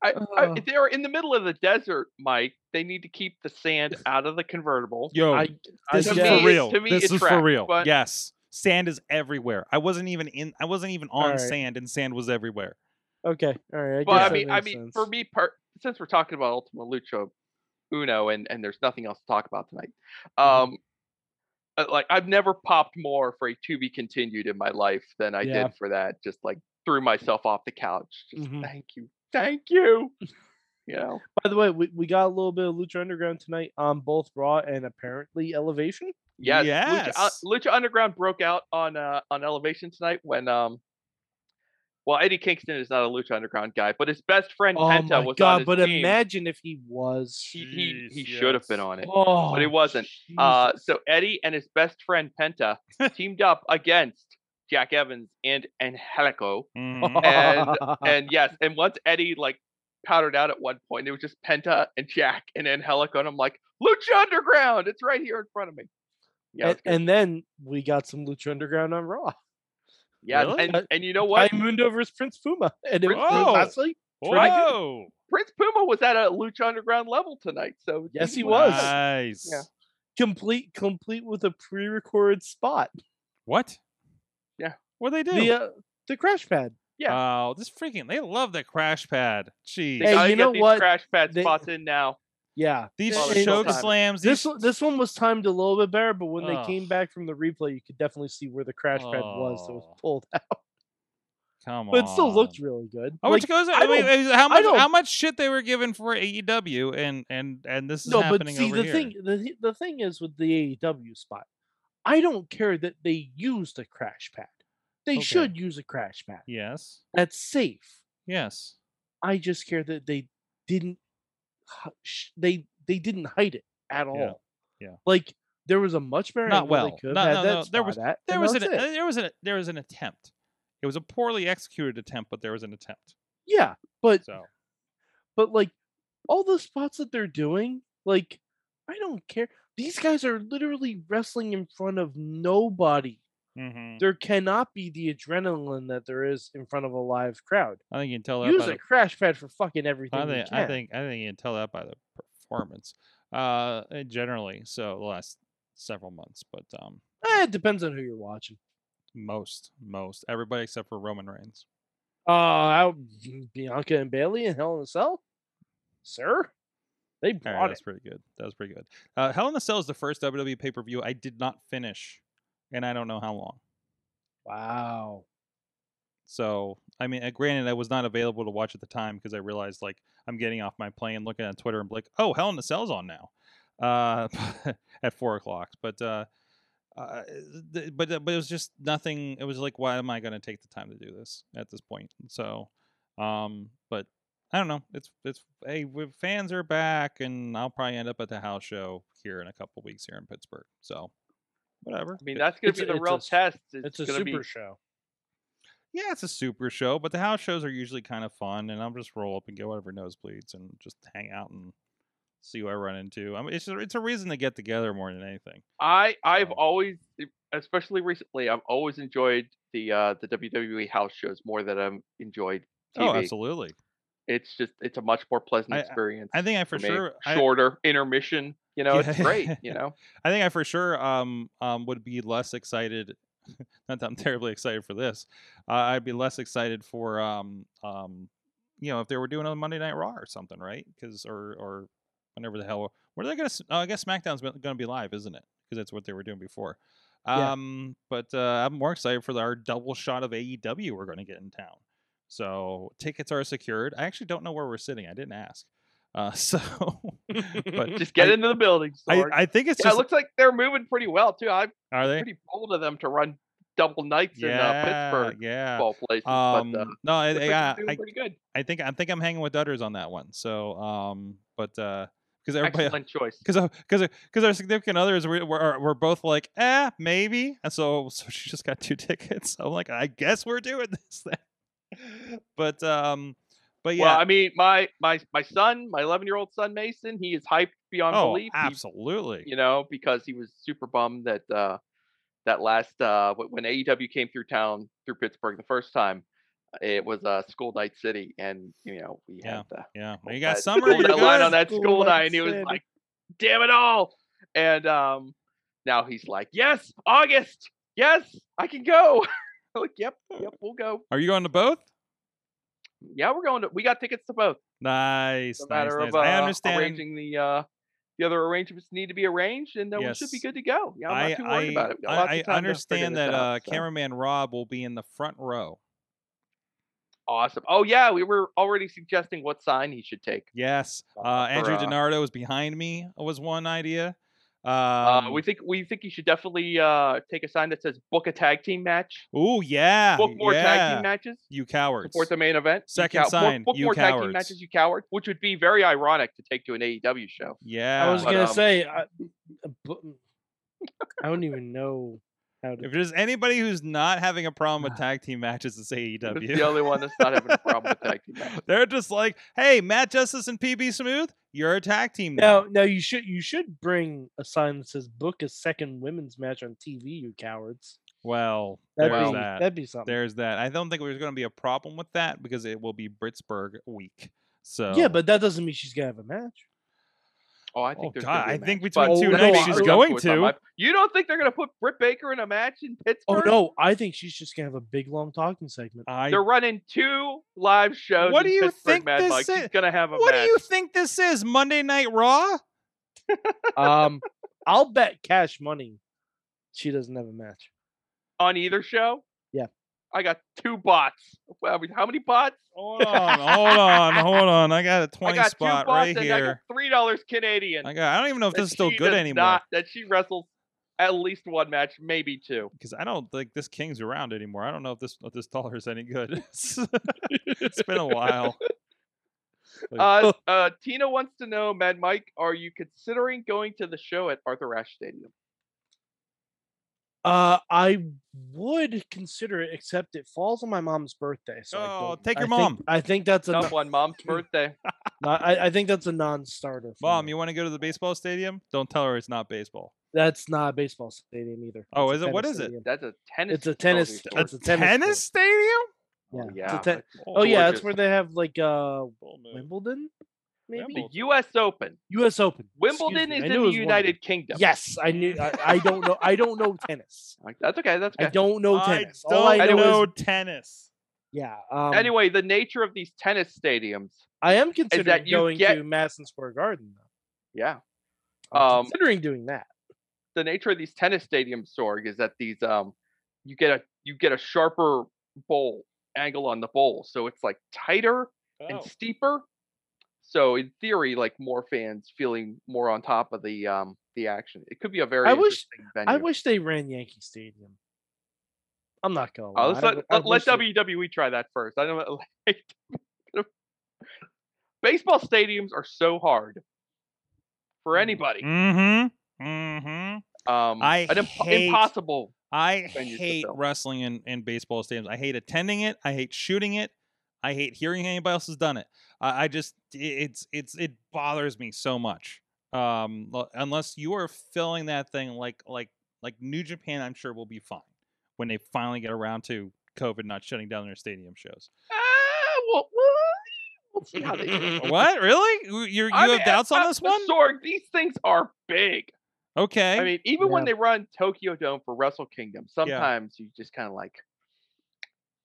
C: I,
B: Uh.
C: I, they're in the middle of the desert, Mike. They need to keep the sand out of the convertible.
A: yo,
B: I
A: this
B: I
A: is
B: guess-
A: for real.
C: to me,
A: this
C: it
A: is for
C: tracks,
A: real.
C: but-
A: Yes, sand is everywhere. I wasn't even in. I wasn't even on
B: Alright.
A: sand, and sand was everywhere.
B: okay. All right. I
C: Well,
B: guess
C: I
B: that
C: mean, I
B: makes
C: mean,
B: sense.
C: for me, per- since we're talking about Ultima Lucha Uno, and and there's nothing else to talk about tonight.
B: Mhm.
C: Um, uh, like I've never popped more for a to be continued in my life than I
B: Yeah.
C: did for that. Just like threw myself off the couch. Just
B: Mhm.
C: thank you, thank you. You know,
B: By the way, we, we got a little bit of Lucha Underground tonight on both Raw and apparently Elevation.
C: yes, Lucha, uh,
A: Yes.
C: Lucha Underground broke out on uh, on Elevation tonight when um. Well, Eddie Kingston is not a Lucha Underground guy, but his best friend Penta was on
B: Oh
C: his
B: But
C: team.
B: imagine if he was.
C: he he,
A: Jeez,
C: he should have been
A: yes.
C: on it.
B: Oh,
C: he wasn't. Uh,
B: Jesus.
C: so Eddie and his best friend
B: [LAUGHS]
C: Penta teamed up against Jack Evans and Angelico.
A: [LAUGHS] Mhm.
C: and-
B: Uh,
C: And
B: [LAUGHS]
C: yes, and once Eddie like powdered out at one point, it was just Penta and Jack and Angelico, and I'm like, Lucha Underground, it's right here in front of me. Yeah,
B: and,
C: it's good.
B: and then we got some Lucha Underground on Raw.
C: yes,
A: really?
B: Uh,
C: and, and you know what?
B: What? Mundo versus Prince Puma, and it Oh!
C: Prince
B: was
A: Puma.
B: honestly pretty good.
A: Whoa!
C: Prince Puma was at a Lucha Underground level tonight, so
B: Yes, he
C: didn't-
B: was.
A: Nice.
C: Yeah.
B: complete, complete with a pre-recorded spot.
A: What?
C: Yeah.
A: What they do?
B: The uh, the crash pad.
C: yeah.
A: Oh, this freaking they love the crash pad. Jeez.
C: They
B: Hey,
C: gotta
B: you
C: get
B: know
C: these
B: what?
C: crash pad
B: They-
C: spots in now.
B: Yeah,
A: these
C: well,
B: it's
A: choke
C: showtime.
A: slams.
B: this
A: These,
B: one- this one was timed a little bit better, but when they
A: Ugh.
B: came back from the replay, you could definitely see where the crash pad was. So it
A: Oh.
B: was pulled [LAUGHS] out,
A: come on.
B: but it still looked really good.
A: Oh,
B: Like,
A: which goes.
B: I
A: I mean,
B: don't-
A: is- how much?
B: don't-
A: How much shit they were given for AEW, and and and this is
B: no, but
A: happening
B: see
A: over
B: the
A: here.
B: thing the thi- the thing is with the AEW spot, I don't care that they used a crash pad. They
A: Okay.
B: should use a crash pad.
A: Yes.
B: That's safe.
A: Yes.
B: I just care that they didn't hu- sh- they they didn't hide it at all.
A: yeah.
B: Like there was a much better
A: Not
B: angle they
A: well.
B: could have
A: No,
B: had
A: no,
B: that
A: no, there was-
B: spot at,
A: There
B: and
A: was an
B: that's
A: uh,
B: it.
A: there was an there was an attempt. It was a poorly executed attempt, but there was an attempt.
B: Yeah, but
A: So
B: but like all the spots that they're doing, like I don't care. These guys are literally wrestling in front of nobody.
A: mhm.
B: There cannot be the adrenaline that there is in front of a live crowd.
A: I think you can tell that
B: Use
A: by
B: a
A: the
B: crash pad for fucking everything.
A: I
B: you
A: think I
B: can.
A: think I think you can tell that by the performance, uh, uh, generally. So the last several months, but um,
B: Eh, it depends on who you're watching.
A: most most everybody except for Roman Reigns.
B: Uh, I, Bianca and Bailey and Hell in a Cell, sir. They
A: All
B: brought
A: right, that's
B: it.
A: pretty good. That was pretty good. Uh, Hell in a Cell is the first WWE pay per view I did not finish, and I don't know how long.
B: Wow.
A: So I mean, uh, granted, I was not available to watch at the time because I realized like I'm getting off my plane, looking at Twitter, and be like, oh, Hell in a Cell's on now, uh, [LAUGHS] at four o'clock. But uh, uh, th- but uh, but it was just nothing. It was like, why am I going to take the time to do this at this point? So, um, but I don't know. It's it's hey, we- fans are back, and I'll probably end up at the house show here in a couple weeks here in Pittsburgh. So, whatever.
C: I mean, that's gonna
B: It's
C: be
B: a-
C: the
B: it's
C: real
B: a s-
C: test.
B: It's a
C: gonna
B: super
C: be
B: show.
A: yeah, it's a super show, but the house shows are usually kind of fun, and I'll just roll up and get whatever nosebleeds and just hang out and see who I run into. I mean, it's it's a reason to get together more than anything.
C: I I've
A: So-
C: always, e, especially recently, I've always enjoyed the uh the WWE house shows more than I've enjoyed TV.
A: Oh, absolutely.
C: It's just it's a much more pleasant
A: I- I-
C: experience.
A: I think I for
C: me.
A: sure. I-
C: Shorter intermission, you know, it's
A: Yeah.
C: great.
A: [LAUGHS]
C: You know,
A: I think I for sure um, um, would be less excited. [LAUGHS] Not that I'm terribly excited for this. Uh, I'd be less excited for um, um, you know if they were doing a Monday Night Raw or something, right? Because or or whenever the hell what are they gonna? s- Oh, I guess SmackDown's going to be live, isn't it? Because that's what they were doing before.
B: Yeah.
A: Um, but uh, I'm more excited for our double shot of AEW we're going to get in town. So tickets are secured. I actually don't know where we're sitting. I didn't ask. Uh, [LAUGHS] so, but
C: just get
A: I-
C: into the building.
A: I,
C: Sorg.
A: I think it's
C: yeah, it
A: just
C: looks like they're moving pretty well too. I'm
A: are they
C: pretty bold of them to run double nights in uh, Pittsburgh
A: Yeah.
C: ball places,
A: Um,
C: but uh,
A: no, I,
C: looks like
A: yeah,
C: it's doing
A: I,
C: pretty good.
A: I think I think I'm hanging with Dutters on that one. So, um, but because everybody, [LAUGHS]
C: Excellent choice.
A: because because because our significant others were, were were both like, eh, maybe, and so [LAUGHS] so she just got two tickets. I'm like, I guess we're doing this then. [LAUGHS] but um, but yeah,
C: Well, I mean, my my my son, my 11 year old son Mason, he is hyped beyond
A: oh,
C: belief. He-
A: absolutely.
C: you know, because he was super bummed that uh, that last uh, wh- when AEW came through town through Pittsburgh the first time, it was uh, school night city, and you know we had the
A: Yeah, well,
C: Oh,
A: you got
C: that- [LAUGHS]
A: summer.
C: pulled
A: You
C: that line
A: got,
C: on that
B: School
C: school,
B: night
C: night, and he was
B: said-
C: like, "Damn it all!" And um, now he's like, "Yes, August. Yes, I can go." [LAUGHS] I'm like, yep, yep, we'll go.
A: Are you going to both?
C: Yeah, we're going to. We got tickets to both.
A: Nice,
C: It's a
A: nice,
C: matter
A: nice.
C: of uh,
A: I understand.
C: arranging the uh, the other arrangements need to be arranged, and then we should be
A: Yes.
C: good to go. Yeah, I'm not too worried about it. We got
A: I-
C: lots of
A: I
C: time to figure
A: understand
C: this
A: that
C: out,
A: uh,
C: so.
A: cameraman Rob will be in the front row.
C: Awesome. Oh yeah, we were already suggesting what sign he should take.
A: Yes,
C: Uh,
A: uh, Andrew
C: for, uh,
A: DiNardo is behind me. uh, Was one idea. Um,
C: uh, we think we think he should definitely uh, take a sign that says "Book a tag team match."
A: oh yeah,
C: Book more tag
A: yeah.
C: team matches.
A: You cowards.
C: Support the main event. you
A: Second
C: cow-
A: sign,
C: Book, book
A: you
C: more tag team
A: cowards.
C: matches, you coward. Which would be very ironic to take to an AEW show.
A: Yeah.
B: I was
C: But,
B: gonna
C: um,
B: say, I, but- I don't even know how to. [LAUGHS]
A: if there's anybody who's not having a problem
C: [SIGHS]
A: with tag team matches, it's
C: That's
A: AEW. [LAUGHS]
C: the only one that's not having a problem with tag team matches.
A: They're just like, hey, Matt Justice and PB Smooth, you're a tag team now.
B: Now, now you should you should bring a sign that says "Book a second women's match on TV." You cowards.
A: Well,
B: That'd
A: there's
B: be
A: that.
B: that'd be something.
A: There's that. I don't think there's going to be a problem with that because it will be Britsburg week. So
B: Yeah, but that doesn't mean she's gonna have a match.
C: Oh, I
A: Oh,
C: think there's
A: God,
C: gonna be a
A: I think
C: match,
A: between
C: but
B: two
C: we're
B: nights
C: not-
B: she's
C: we're not
A: going
C: with them.
A: to.
C: I- You don't think they're gonna put Britt Baker in a match in
B: Oh
C: Pittsburgh?
B: no, I think she's just gonna have a big long talking segment.
A: I
C: They're running two live shows.
A: What
C: in
A: do you
C: Pittsburgh,
A: think
C: Mad
A: this
C: Mike. She's
A: is?
C: gonna have a
A: What
C: match.
A: do you think this is? Monday Night Raw?
B: Um, I'll bet cash money she doesn't have a match.
C: on either show?
B: Yeah.
C: I got two bots. Well, I mean, how many bots?
A: Hold on, hold on, hold on. I got a
C: I
A: 20
C: got
A: spot
C: two bots
A: right
C: and I got
A: here.
C: three dollars Canadian.
A: I got I don't even know if
C: that
A: this is still
C: she
A: good
C: does
A: anymore
C: not- that she wrestles at least one match, maybe
A: [LAUGHS]
C: two.
A: because I don't think this King's around anymore. I don't know if this if this dollar is any good. [LAUGHS] it's been a while. Oh.
C: Uh, uh, Tina wants to know, Mad Mike, are you considering going to the show at Arthur Ashe Stadium?
B: Uh, I would consider it, except it falls on my mom's birthday. So I
A: Oh,
B: don't-
A: take your
B: I think-
A: mom.
B: I think that's a non,
A: [LAUGHS]
C: Someone, mom's birthday.
B: no- I, I think that's a non-starter. for
A: Mom,
B: me.
A: you want to go to the baseball stadium? Don't tell her it's not baseball.
B: that's not a baseball stadium either.
A: Oh,
B: It's a
A: is it? What
B: tennis
A: is it?
B: stadium.
C: That's a tennis.
B: It's a tennis
C: facility
B: st-
C: store.
B: it's a tennis court.
A: stadium?
B: Yeah.
C: Oh,
B: it's a
C: yeah.
B: ten-
C: that's
B: oh yeah, that's
C: gorgeous.
B: where they have like uh
A: Bull move.
B: Wimbledon, maybe
C: The U.S. Open.
B: U.S. Open. excuse
C: Wimbledon
B: me,
C: is
B: I knew it
C: in the
B: was Wimbledon.
C: United Kingdom.
B: Yes, I knew. I, I don't know. I don't know tennis.
C: Like, That's okay. That's
B: I
C: [LAUGHS] okay.
B: don't know
A: I
B: tennis.
A: don't
B: All I know,
A: know
B: is
A: tennis.
B: yeah. Um,
C: anyway, the nature of these tennis stadiums.
B: I am considering
C: that you
B: going
C: get-
B: to Madison Square Garden. Though.
C: Yeah.
B: I'm
C: Um,
B: considering doing that.
C: The nature of these tennis stadium sorg is that these um you get a you get a sharper bowl angle on the bowl. So it's like tighter
B: Oh.
A: Oh.
C: and steeper. So in theory, like more fans feeling more on top of the um the action. It could be a very
B: I wish-
C: interesting venue.
B: I wish they ran Yankee Stadium. I'm not going.
C: Oh, let's let, let, let WWE try that first. I don't [LAUGHS] know, like baseball stadiums are so hard for
B: Mm.
C: anybody.
A: Mm-hmm. Mm-hmm.
C: Um,
A: I
C: an imp-
A: hate-
C: impossible.
A: I
C: venues to
A: hate
C: fill.
A: wrestling and, and baseball stadiums. I hate attending it. I hate shooting it. I hate hearing anybody else has done it. I, I just i- it's it's it bothers me so much. Um, l- unless you are filling that thing like like like New Japan, I'm sure will be fine when they finally get around to COVID not shutting down their stadium
C: [LAUGHS]
A: shows.
C: Ah, well, well, we'll see
A: [LAUGHS]
C: how they do.
A: what really? You you you
C: I mean,
A: have doubts on
C: uh,
A: this
C: but
A: one?
C: Sorg, these things are big.
A: Okay.
C: I mean, even when
B: Yeah.
C: they run Tokyo Dome for Wrestle Kingdom, sometimes you just kind of like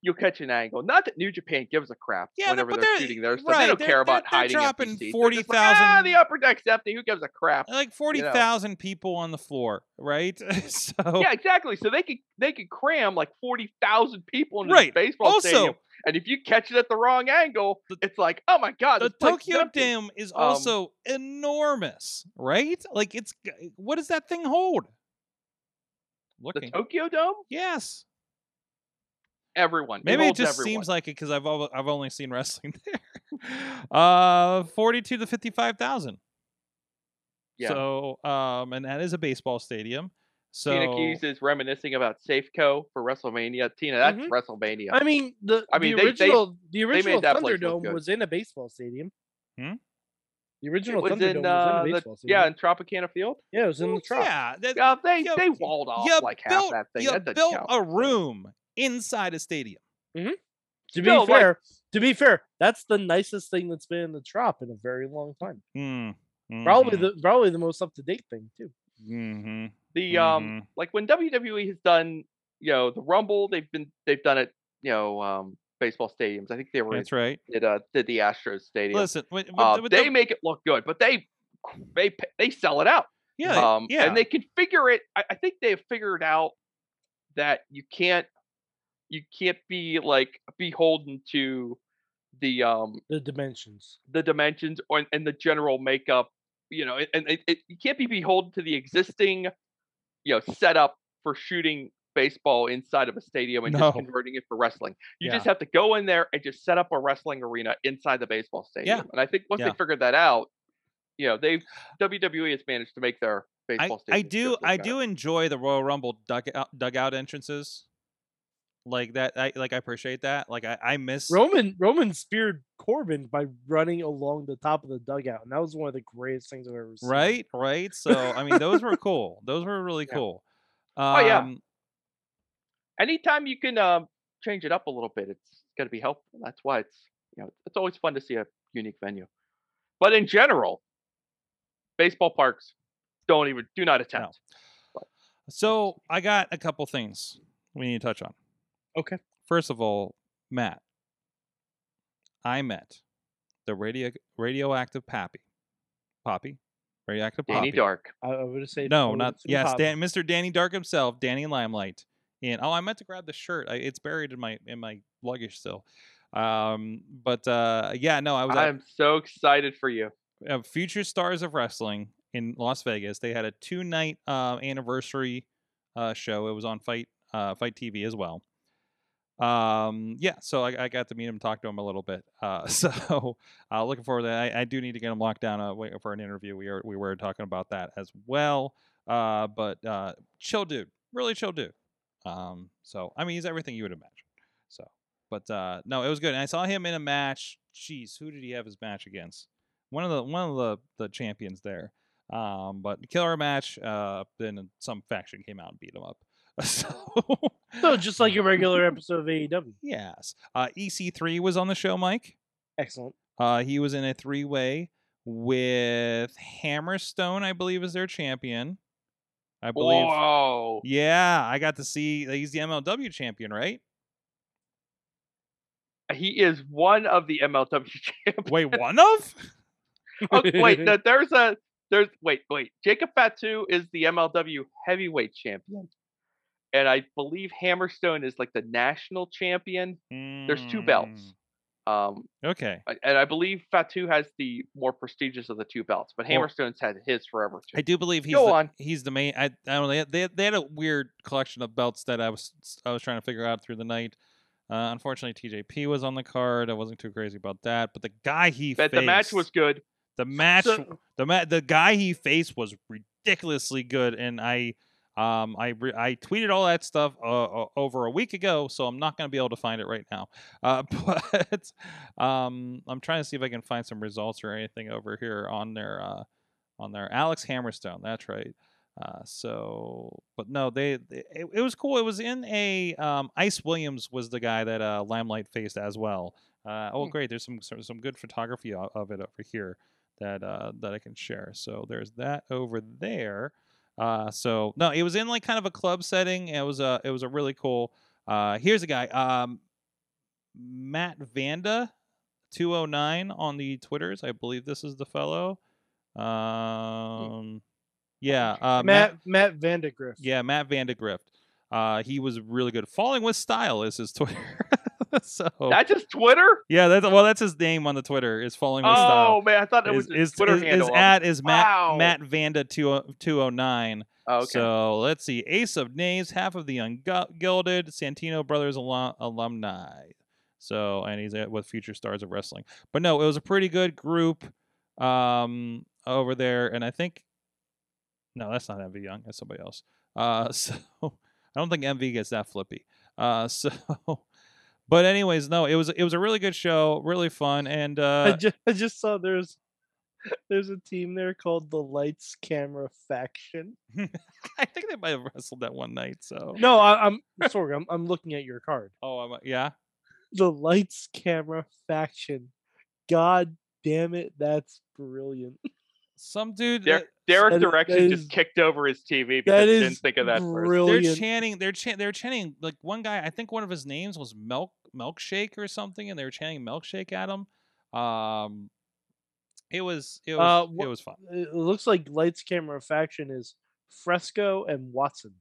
C: you'll catch an angle. Not that New Japan gives a crap
A: Yeah, no,
C: whenever
A: but
C: they're,
A: they're-
C: shooting their stuff.
A: right,
C: They don't
A: they're-
C: care
A: they're-
C: about
A: they're
C: hiding
A: dropping
C: empty seats. They're just like, ah,
A: 40,000
C: the upper deck's empty. Who gives a crap?
A: like 40,000 people on the floor, right? [LAUGHS] so
C: Yeah, exactly. So they could they could cram like forty thousand people into
A: Right.
C: this baseball
A: Also-
C: stadium, and if you catch it at the wrong angle,
A: The-
C: it's like, oh my god,
A: the
C: this place is
A: Tokyo
C: empty.
A: Dome is
C: Um,
A: also enormous, right? Like it's g- what does that thing hold?
C: The
A: Looking.
C: Tokyo Dome,
A: yes.
C: everyone.
A: Maybe it,
C: holds
A: just
C: everyone.
A: seems like it cuz I've al- I've only seen [LAUGHS] wrestling there. uh 42 to 55,000.
C: Yeah.
A: So um and that is a baseball stadium. So Mm-hmm.
C: Tina Keys is reminiscing about Safeco for WrestleMania. Tina, that's
B: Mhm.
C: WrestleMania.
B: I mean, the
C: I mean,
B: the
C: they- they-
B: original the
C: made
B: original
C: that place look
B: Thunderdome
C: good.
B: was in a baseball stadium.
A: Hmm?
B: The original
C: it was
B: Thunderdome was
C: in,
B: in
C: uh,
B: a
C: the-
B: baseball stadium.
C: yeah, in Tropicana Field.
B: yeah, it was in the
A: well,
B: truck.
A: yeah, that-
C: Yeah, they
A: you-
C: they walled off
A: you
C: like
A: built,
C: half that thing.
A: You
C: that doesn't
A: built
C: count.
A: a room inside a stadium.
B: To
C: Still,
B: be
C: like-
B: fair, to be fair, that's the nicest thing that's been in the trop in a very long time.
A: Mm-hmm.
B: Probably
C: Mm-hmm.
B: the probably the most up to date thing too.
A: hmm
C: The um, like when WWE has done, you know, the Rumble, they've been they've done it, you know, um, baseball stadiums. I think they were
A: That's right.
C: did uh did the Astros Stadium.
A: Listen, with, with,
C: Uh,
A: with
C: they
A: the-
C: make it look good, but they they p- they sell it out.
A: yeah,
C: um,
A: yeah.
C: and they can figure it. I, I think they've figured out that you can't you can't be like beholden to the um
B: The dimensions.
C: the dimensions or and the general makeup you know and it, it, you can't be beholden to the existing you know setup for shooting baseball inside of a stadium and just
A: No.
C: converting it for wrestling you
A: Yeah.
C: just have to go in there and just set up a wrestling arena inside the baseball stadium and i think once
A: Yeah.
C: they figured that out you know they've wwe has managed to make their
A: I,
C: baseball
A: I
C: stadiums
A: do
C: look
A: I
C: better.
A: do enjoy the Royal Rumble dugout, dugout entrances. Like that, I like I appreciate that. Like I, I miss.
B: Roman Roman speared Corbin by running along the top of the dugout, and that was one of the greatest things I've ever seen.
A: [LAUGHS]
C: [LAUGHS]
A: Right, right. So I mean, those were cool. Those were really
C: Yeah. Oh,
A: cool. Um,
C: yeah. anytime you can um change it up a little bit, it's going to be helpful. That's why it's you know it's always fun to see a unique venue. But in general, baseball parks don't even do not attempt.
A: So I got a couple things we need to touch on.
B: Okay.
A: First of all, Matt, I met the radio radioactive Pappy, Poppy, radioactive
C: Danny
A: Poppy.
C: Dark.
B: I, I would say
A: No, not yes, Dan, Mr. Danny Dark himself, Danny Limelight. And oh, I meant to grab the shirt. I, it's buried in my in my luggage still. Um, but uh, yeah, no, I was. at-
C: I'm so excited for you.
A: uh, Future Stars of Wrestling in Las Vegas. They had a two night uh, anniversary uh, show. It was on Fight uh, Fight TV as well. Um, yeah, so I, I got to meet him, talk to him a little bit. Uh, [LAUGHS] so uh, looking forward to that. I, I do need to get him locked down uh, wait for an interview. We are we were talking about that as well. Uh, but uh, chill dude, really chill dude. Um, so I mean, he's everything you would imagine. So, but uh, no, it was good. And I saw him in a match. Jeez, who did he have his match against? One of the one of the the champions there. Um, but killer match. Uh, then some faction came out and beat him up. [LAUGHS] so,
B: So just like a E regular episode of AEW.
A: yes, uh, EC3 was on the show, Mike.
B: Excellent.
A: Uh, he was in a three way with Hammerstone, I believe, is their champion. I believe.
C: Whoa!
A: Yeah, I got to see. uh, He's the MLW champion, right?
C: He is one of the MLW [LAUGHS]
A: [LAUGHS]
C: champions.
A: Wait, one of?
C: Oh,
B: [LAUGHS]
C: wait, no, there's a there's wait wait. Jacob Fatu is the MLW heavyweight champion, and I believe Hammerstone is like the national champion. There's two belts. Um,
A: Mm, Okay.
C: I- and I believe Fatu has the more prestigious of the two belts, but
A: Well,
C: Hammerstone's had his forever too.
A: I do believe he's
C: Go
A: the,
C: on.
A: he's the main. I, I don't know. They, they, they had a weird collection of belts that I was I was trying to figure out through the night. Uh, unfortunately, TJP was on the card. I wasn't too crazy about that. But the guy he
C: but
A: faced,
C: the match was good.
A: the match
B: So-
A: the ma- the guy he faced was ridiculously good, and I Um, I re- I tweeted all that stuff uh, o- over a week ago, so I'm not going to be able to find it right now. Uh, [LAUGHS] but um, I'm trying to see if I can find some results or anything over here on their uh, on their Alex Hammerstone. That's right. Uh, so, but no, they, they- it, it was cool. It was in a um, Ice Williams was the guy that uh, Limelight faced as well. Uh, oh,
C: Hmm.
A: great! There's some some some good photography o- of it over here that uh, that I can share. So there's that over there. Uh, so no, it was in like kind of a club setting. It was a it was a really cool. Uh, here's a guy, um, Matt Vanda, two oh nine on the Twitters. I believe this is the fellow. Um, yeah, uh,
B: Matt Matt Vandegrift.
A: yeah, Matt Vandegrift. Uh, he was really good. Falling with style is his Twitter. [LAUGHS] so
C: That's his Twitter.
A: yeah, that's well, that's his name on the Twitter is falling with
C: Oh
A: style.
C: man, I thought it was
A: Is,
C: his
A: is,
C: Twitter
A: is,
C: handle.
A: is
C: of-
A: at is Matt
C: Wow.
A: Matt Vanda two two oh nine.
C: oh, okay.
A: So let's see. Ace of Knaves, half of the Ungilded, Santino Brothers alum- alumni. So, and he's at- with Future Stars of Wrestling. But no, it was a pretty good group um, over there. And I think, no, that's not MV Young. That's somebody else. Uh, [LAUGHS] so I don't think MV gets that flippy. Uh, [LAUGHS] so, but anyways, no, it was it was a really good show, really fun, and
B: I [LAUGHS]
A: uh,
B: just I just saw there's [LAUGHS] there's a team there called the Lights Camera Faction.
A: I think they might have wrestled that one night. So,
B: No, I,
C: [LAUGHS]
B: I'm sorry, I'm I'm looking at your card.
A: oh, I'm, yeah,
B: The Lights Camera Faction. God damn it, that's
C: [LAUGHS]
B: brilliant.
A: some dude.
C: Der- Derek
B: that- that
C: Direction
B: is-
C: just kicked over his
B: That
C: TV because he
B: is
C: didn't think of that first.
A: They're
B: brilliant.
A: chanting. They're chan- They're chanting. Like one guy, I think one of his names was Milk Milkshake or something, and they were chanting Milkshake at him. Um, it was it was
B: Uh,
A: it
B: wha-
A: was fun. [LAUGHS]
B: it looks like Lights Camera Faction is Fresco and Watson,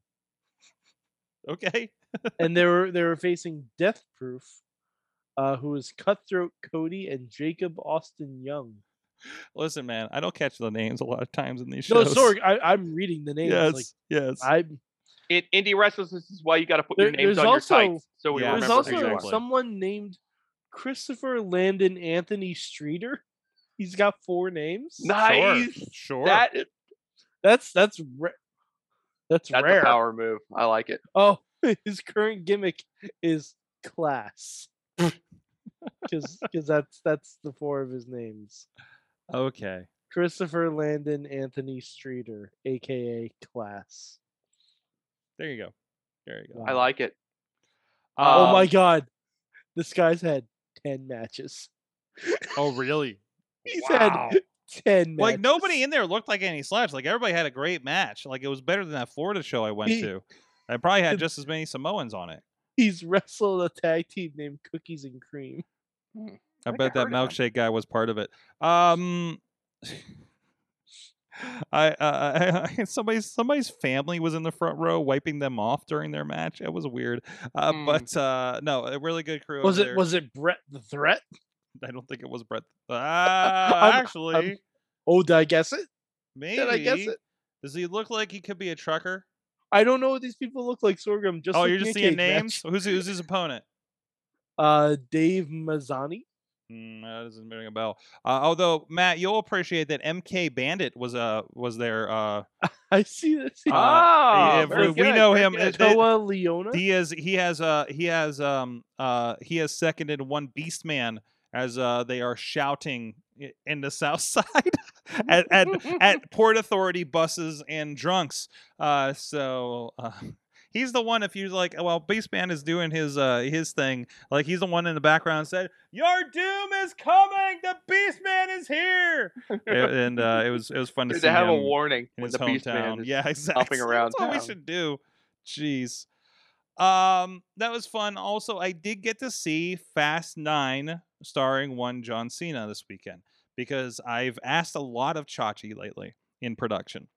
A: Okay.
B: and they were they were facing Death Proof, uh, who is Cutthroat Cody and Jacob Austin
A: [LAUGHS]
B: Young.
A: Listen, man, I don't catch the names a lot of times in these
B: No,
A: shows. [LAUGHS]
B: sorry, I, I'm reading the names.
A: Yes.
B: Like
A: yes.
B: I
C: In, indie wrestlers, this is why you got to put your
B: There- there's
C: names on
B: also-
C: your sites so we
A: Yeah,
B: there's
C: remember
B: also
C: who you are.
A: exactly.
B: someone named Christopher Landon Anthony Streeter. He's got four names.
C: Nice.
A: Sure. sure.
C: That is,
B: That's that's ra- that's,
C: that's
B: rare.
C: a power move. I like it.
B: Oh, [LAUGHS] his current gimmick is
A: [LAUGHS]
B: class. Because that's that's the four of his names.
A: okay.
B: Christopher Landon Anthony Streeter, aka Class.
A: There you go. There you go. Uh,
C: I like it.
B: oh my
C: Um,
B: god. This guy's had ten matches. [LAUGHS]
A: Oh really?
B: He's
A: Wow.
B: had ten matches.
A: Like nobody in there looked like any slouch. Like everybody had a great match. Like it was better than that Florida show I went
B: He-
A: to. I probably
B: [LAUGHS]
A: had
B: the-
A: just as many Samoans on it.
B: he's wrestled a tag team named Cookies and Cream.
A: I
C: think I
A: bet that
C: heard of
A: milkshake guy was part of it. Um, [LAUGHS] I, uh, [LAUGHS] I somebody's somebody's family was in the front row wiping them off during their match. It was weird, uh,
C: Mm.
A: but uh, no, a really good crew.
B: Was
A: over
B: it
A: there.
B: was it Brett the Threat?
A: I don't think it was Brett. Uh, actually,
B: Oh, did I guess it?
A: maybe.
B: Did I guess it?
A: Does he look like he could be a trucker?
B: I don't know what these people look like, Sorghum. Just
A: oh,
B: like
A: you're
B: the
A: just seeing
B: Nick Cage match.
A: names. Who's who's his opponent?
B: Uh, Dave Mazzani. [LAUGHS]
A: Mm, that doesn't ring a bell. Uh, although Matt, you'll appreciate that MK Bandit was uh was there. Uh,
B: I see this.
A: Uh,
C: Ah,
A: if-
C: very
A: if we
C: good,
A: know
C: very
A: him,
C: good.
A: it-
C: [LAUGHS]
A: they-
B: Toa Leona.
A: he has he has uh he has um uh he has seconded one beast man as uh they are shouting i- in the [LAUGHS] south side at, at
C: [LAUGHS]
A: at port authority buses and drunks uh so uh, [LAUGHS] he's the one if you like well beast man is doing his uh his thing like he's the one in the background said your doom is coming the beast man is
C: [LAUGHS]
A: here A- and uh it was it was fun to
C: Dude,
A: see
C: they have a
A: him
C: warning
A: in
C: when
A: his
C: the
A: hometown.
C: Beast Man is
A: yeah, [LAUGHS] exactly.
C: around
A: That's what we
C: town.
A: should do. Jeez. Um, that was fun. Also, I did get to see Fast Nine starring one John Cena this weekend because I've asked a lot of Chachi lately in production.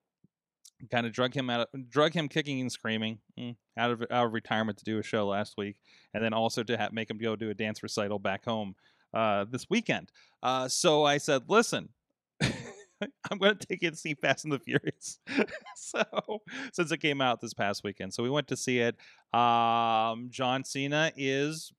A: Kind of drug him out, of, drug him kicking and screaming mm, out of out of retirement to do a show last week, and then also to ha- make him go do a dance recital back home uh, this weekend. Uh, so I said, "Listen, [LAUGHS] I'm going to take you to see Fast and the Furious." [LAUGHS] so since it came out this past weekend, so we went to see it. Um, John Cena is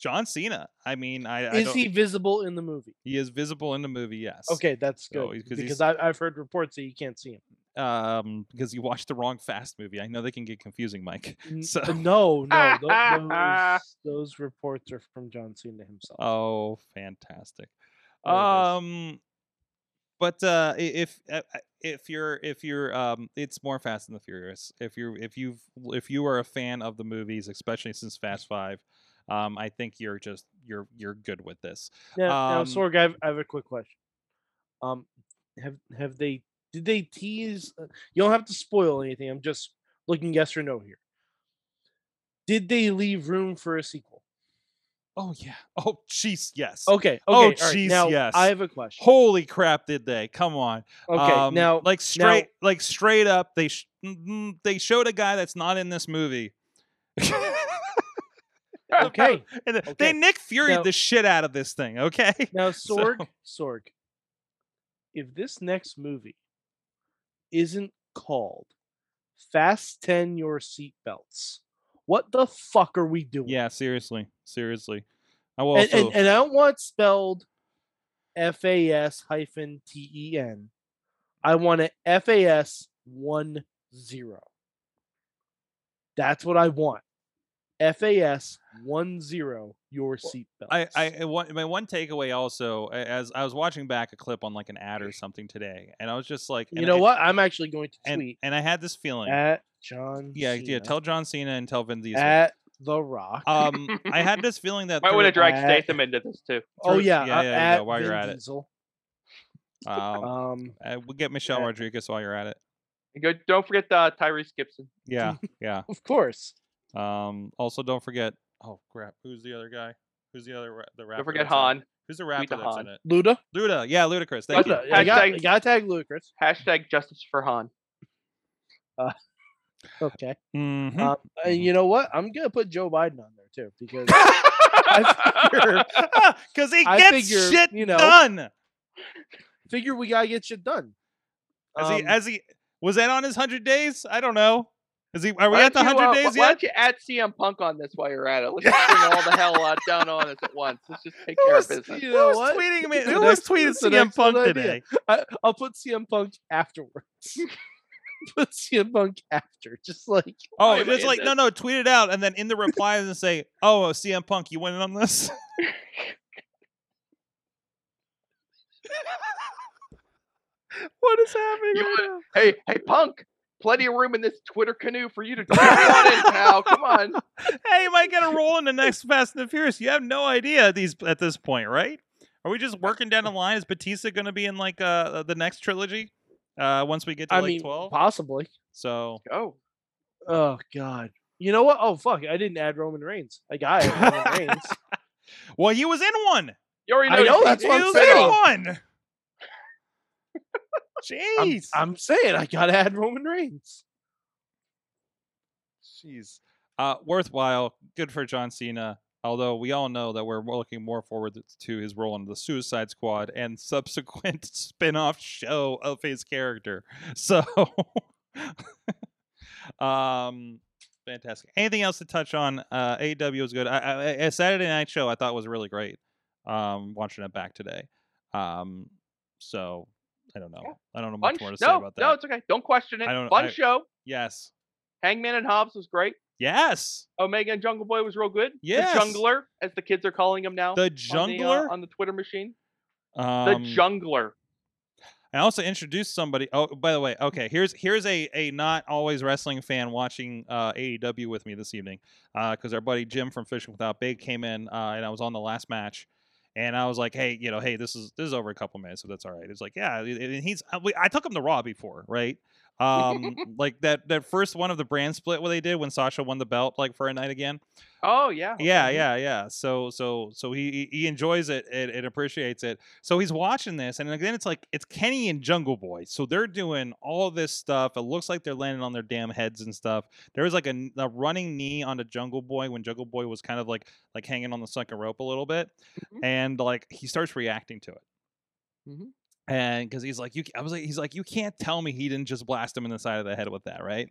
A: John Cena. I mean, I, I
B: Is
A: don't-
B: he visible in the movie?
A: He is visible in the movie. Yes.
B: Okay, that's
A: So,
B: good
A: because Oh, he's-
B: because I, I've heard reports that you can't see him.
A: um, because you watched the wrong Fast movie. I know they can get confusing, Mike.
B: N- uh,
A: So-
B: no, no,
A: [LAUGHS]
B: tho- those, those reports are from John Cena himself.
A: Oh, fantastic.
B: Very nice.
A: Um, but uh, i- if uh, uh, if you're if you're um, it's more Fast and the Furious. If you're if you've if you are a fan of the movies, especially since Fast Five, um, I think you're just you're you're good with this.
B: Now, now,
A: Um,
B: Sorg, I have, I have a quick question. Um, have have they? Did they tease? uh, You don't have to spoil anything. I'm just looking yes or no here. Did they leave room for a sequel?
A: Oh yeah. Oh jeez, yes.
B: Okay. Okay.
A: Oh,
B: all right,
A: jeez,
B: Now
A: yes.
B: I have a question.
A: Holy crap! Did they? Come on.
B: Okay.
A: Um,
B: now,
A: like straight, like straight up, they sh- mm, mm, they showed a guy that's not in this
B: [LAUGHS]
A: movie.
B: okay.
A: And th-
B: Okay.
A: They Nick Fury
B: Now-
A: the shit out of this thing, okay? [LAUGHS]
B: Now,
A: So-
B: Sorg, Sorg, if this next movie isn't called Fasten Your Seatbelts, what the fuck are we doing?
A: Yeah, seriously. Seriously. I will
B: and,
A: also
B: and, and I don't want it spelled F A S hyphen T E N. I want it F A S one zero. That's what I want. F A S one zero. Your seatbelt.
A: I, I, I one, my one takeaway also a- as I was watching back a clip on like an ad or something today, and I was just like,
B: You
A: and
B: know
A: I-
B: what? I'm actually going to
A: And,
B: tweet
A: and I had this feeling,
B: at John.
A: yeah, yeah.
B: Cena,
A: Tell John Cena and tell Vin Diesel.
B: at the Rock. [LAUGHS]
A: um, I had this feeling that
C: Might want to
A: through-
C: drag
B: Uh,
C: Statham into this too.
B: oh
A: through-
B: yeah,
A: yeah,
B: uh,
A: yeah,
B: at
A: yeah, while you're
B: Vin
A: at it.
B: Diesel. [LAUGHS]
A: um,
B: Um,
A: uh, we'll get Michelle
B: yeah.
A: Rodriguez while you're at it.
C: And go, don't forget uh, Tyrese Gibson.
B: [LAUGHS]
A: Yeah, yeah.
B: of course.
A: Um, also, don't forget. Oh crap! Who's the other guy? Who's the other ra- the rapper?
C: Don't forget
A: that's in it?
C: Han.
A: Who's the rapper
C: Tweet to
A: that's in
C: Han.
A: it?
B: Luda.
A: Luda. Yeah, Ludacris. Thank
C: Luda,
A: you.
B: I
A: Thank [LAUGHS]
B: got,
A: you.
B: I got to tag Ludacris.
C: Hashtag justice
A: [LAUGHS]
C: for Han.
B: Okay.
A: Mhm.
B: Um, and
A: Mhm.
B: you know what? I'm gonna put Joe Biden on there too because [LAUGHS]
A: [LAUGHS]
C: I
B: figure-
A: Because [LAUGHS] he
B: I
A: gets
B: figure,
A: shit
B: you know,
A: done.
B: figure we gotta get shit done.
A: As he,
B: Um,
A: as he was that on his hundred days? I don't know. Is he? Are we at the
C: you,
A: hundred
C: uh,
A: days yet?
C: why don't you add CM Punk on this while you're
A: [LAUGHS]
C: at it? Let's just bring all the hell uh, down on us at once. Let's just take
A: Who
C: care of
A: was-
C: business.
B: you
A: Who
B: know
A: was
B: what?
A: tweeting
B: [LAUGHS]
A: me?
B: It's
A: Who
B: an
A: was
B: ex-
A: tweeting
B: it's an
A: CM Punk
B: excellent idea.
A: today?
B: I, I'll put CM Punk afterwards.
A: [LAUGHS]
B: [LAUGHS] put CM Punk after, just like
C: Why
A: Oh,
C: am I
A: just
C: in
A: like no,
C: this?
A: no. Tweet it out, and then in the replies and say, "Oh, CM Punk, you went in on this." [LAUGHS] what is happening?
C: You
A: right
C: wanna-
A: now?
C: Hey, hey, Punk! Plenty of room in this Twitter canoe for you to jump
A: [LAUGHS]
C: on in, pal. Come on.
A: hey, you might get a role in the next Fast and the Furious. You have no idea at these at this point, right? Are we just working down the line? Is Batista going to be in like uh the next trilogy? Uh, once we get to
B: I
A: like
B: mean,
A: twelve,
B: possibly.
A: so
C: Go.
B: Oh God. You know what? Oh fuck! I didn't add Roman Reigns. Like I got Roman Reigns.
A: well, he was in one.
C: You already
B: I
C: know,
B: know,
C: he's-
B: that's
A: He
B: what I'm
A: was
C: he's been
B: saying.
A: in
C: on.
A: one.
B: I'm-
A: Jeez,
C: [LAUGHS]
B: I'm, saying I gotta add Roman Reigns.
A: jeez. Uh, worthwhile. Good for John Cena. Although we all know that we're looking more forward to his role in the Suicide Squad and subsequent [LAUGHS] spin-off show of his character. [LAUGHS] So, um, fantastic. Anything else to touch on? Uh, AEW was good. I, I, a Saturday Night Show I thought was really great. Um, watching it back today. Um, so I don't know.
C: Yeah.
A: I don't know much
C: Fun
A: more to
C: sh-
A: say
C: no,
A: about that.
C: no, it's okay. Don't question it.
A: I don't-
C: Fun
A: I-
C: show.
A: yes,
C: Hangman and Hobbs was great.
A: yes.
C: Omega and Jungle Boy was real good.
A: Yes.
C: The Jungler, as the kids are calling him now.
A: The
C: on the, uh,
A: jungler.
C: on the Twitter machine.
A: um,
C: the Jungler.
A: I also introduced somebody. Oh, by the way, okay. Here's here's a a not always wrestling fan watching uh, AEW with me this evening, because our buddy Jim from Fishing Without Bait came in, uh, and I was on the last match, and I was like, hey, you know, hey, this is this is over a couple minutes, if that's all right. It's like, yeah, and and he's I- we- I took him to Raw before, right? Um, like that that first one of the brand split what they did when Sasha won the belt like for a night again.
C: Oh, yeah.
A: yeah
C: okay.
A: yeah yeah so so so he he he enjoys it and, and appreciates it so he's watching this and then it's like it's kenny and jungle boy so they're doing all this stuff it looks like they're landing on their damn heads and stuff there was like a, kn- a running knee onto jungle boy when jungle boy was kind of like like hanging on the second rope a little bit
C: Mhm.
A: and like he starts reacting to it
C: Mhm.
A: and because he's like you i was like he's like you can't tell me he didn't just blast him in the side of the head with that right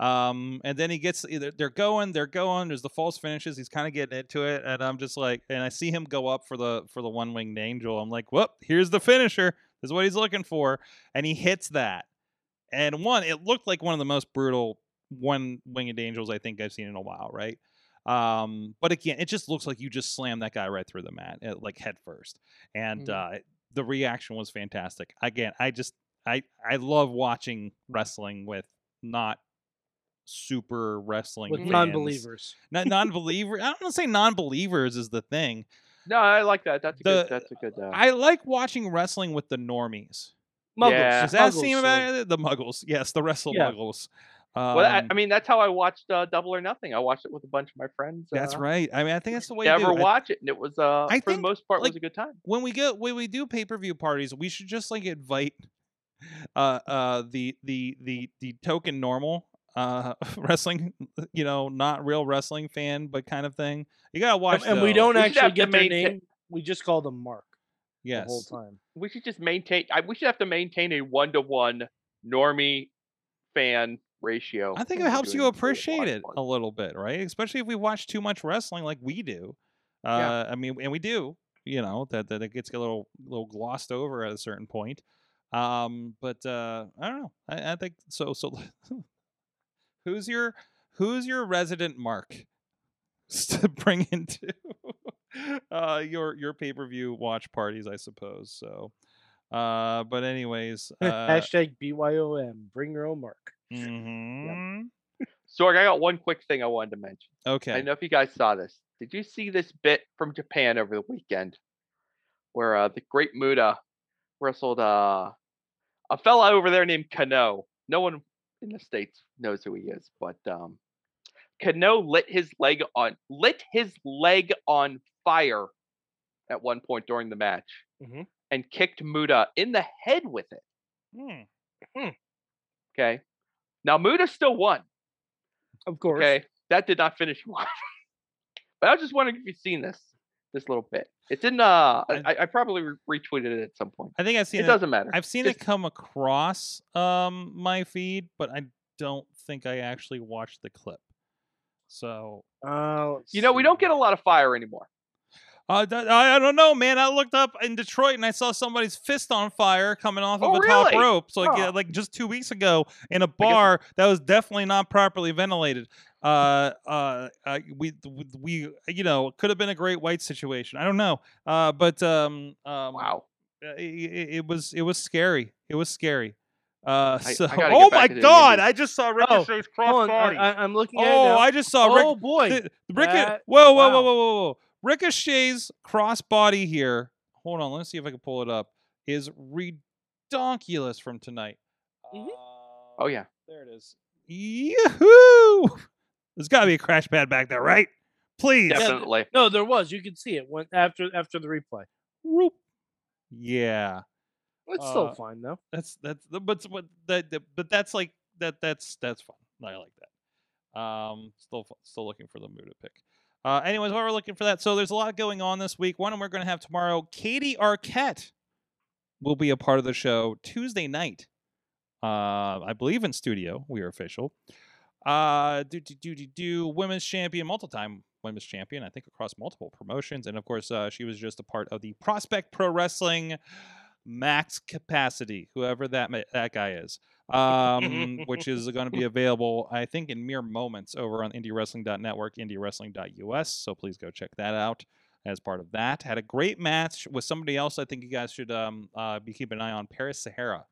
A: um, and then he gets they're, they're going, they're going. There's the false finishes. He's kind of getting into it, and I'm just like, and I see him go up for the for the one winged angel. I'm like, whoop, here's the finisher. This is what he's looking for, and he hits that. And one, it looked like one of the most brutal one winged angels I think I've seen in a while, right? Um, but again, it just looks like you just slammed that guy right through the mat, uh, like head first. And uh, the reaction was fantastic. Again, I just, I, I love watching wrestling with not super wrestling
B: with
A: fans.
B: non-believers.
A: Not non-believer. I don't want to say non-believers is the thing.
C: No, I like that. That's a
A: The-
C: good. That's a good. Uh,
A: I like watching wrestling with the normies.
B: Muggles.
C: Yeah.
A: Does that
B: Muggles,
A: seem
B: sorry.
A: about it? The muggles? Yes, the wrestle
B: Yeah.
A: muggles.
C: well, I,
A: Um,
C: I mean, that's how I watched uh, Double or Nothing. I watched it with a bunch of my friends.
A: that's
C: uh,
A: right. I mean, I think that's the way. to do
C: Never
A: it. I-
C: watch it, and it was uh,
A: I
C: for
A: think,
C: the most part, it
A: like-
C: was a good time.
A: when we go when we do pay per view parties, we should just like invite [LAUGHS] uh uh the the the the token normal uh [LAUGHS] wrestling you know not real wrestling fan but kind of thing you gotta watch
B: And, and we
A: though.
B: don't
C: We should
B: actually
C: have
B: get
C: to
B: their
C: maintain-
B: name. We just call them Mark the whole
A: yes
B: time.
C: We should just maintain. I, we should have to maintain a one to one normie fan ratio.
A: I think
C: when
A: it
C: we're
A: helps
C: doing
A: you
C: these sort of
A: appreciate
C: live
A: it
C: ones.
A: a little bit, right? Especially if we watch too much wrestling like we do. Uh, I mean, and we do, you know, that, that it gets a little little glossed over at a certain point. Um, but uh, I don't know. I, I think so. So, [LAUGHS] who's your who's your resident mark [LAUGHS] to bring into [LAUGHS] uh, your your pay per view watch parties? I suppose so. Uh, but
C: [LAUGHS]
A: anyways, [LAUGHS] uh,
B: Hashtag BYOM. Bring your own Mark.
A: mhm.
C: Sorg, I got one quick thing I wanted to mention. I
A: okay.
C: don't know if you guys saw this. Did you see this bit from Japan over the weekend, where uh, the Great Muda wrestled uh, a fella over there named Kano? No one in the states knows who he is, but um, Kano lit his leg on lit his leg on fire at one point during the match,
B: Mhm.
C: and kicked Muda in the head with it.
A: Hmm.
C: Okay, now Muda still won.
B: Of course.
C: Okay, that did not finish [LAUGHS] you off. but I was just wondering if you've seen this this little bit. It's in. Uh,
A: I-
C: I, I- I probably re- retweeted it at some point.
A: I think I've seen
C: It
A: that-
C: doesn't matter.
A: I've seen it
C: Just-
A: come across um my feed, but I don't think I actually watched the clip. So
B: Uh, let's
C: you know, we don't
B: see.
C: get a lot of fire anymore.
A: uh, th- I I don't know, man. I looked up in Detroit and I saw somebody's fist on fire coming off
C: Oh,
A: of a top
C: really?
A: rope. So like, yeah,
C: Huh.
A: like just two weeks ago in a bar that was definitely not properly ventilated. Uh, uh, uh we we you know it could have been a great white situation. I don't know. Uh, but um, um
C: Wow.
A: uh, i- i- it, it was it was scary. It was scary. Uh,
C: I
A: so
C: gotta
A: [LAUGHS]
C: get
A: oh
C: back
A: my
C: to the
A: god!
C: Indies.
A: I just saw
B: Oh,
A: Ricochet's cross
B: Hold on,
A: body.
B: I, am looking at it
A: oh,
B: now.
A: I just saw Ric.
B: oh boy.
A: th- Rico-
B: that-
A: whoa, whoa, whoa,
B: wow.
A: whoa, whoa, whoa! Ricochet's cross body here. Hold on, let's see if I can pull it up. Is redonkulous from tonight.
B: Mhm.
A: Uh,
C: Oh yeah.
A: there it is. Yahoo! [LAUGHS] There's got to be a crash pad back there, right? Please.
B: Yeah,
C: Definitely.
B: no, there was. You can see it when after after the replay.
A: Whoop. Yeah.
B: It's
A: Uh,
B: still fine though.
A: That's that's the- but but that that- but that's like that that's that's fun. I like that. Um, still fu- still looking for the Muda pick. Uh, anyways, while we're looking for that, so there's a lot going on this week. One we're going to have tomorrow. Katie Arquette will be a part of the show Tuesday night. Uh, I believe in studio. We are official. Uh, do do do do do. Women's champion, multi-time women's champion. I think across multiple promotions, and of course, uh, she was just a part of the Prospect Pro Wrestling Max Capacity, whoever that ma- that guy is. Um, which is going to be available, I think, in mere moments over on IndieWrestling.network, IndieWrestling.us. So please go check that out as part of that. Had a great match with somebody else. I think you guys should um, uh, be keeping an eye on Paris Sahara.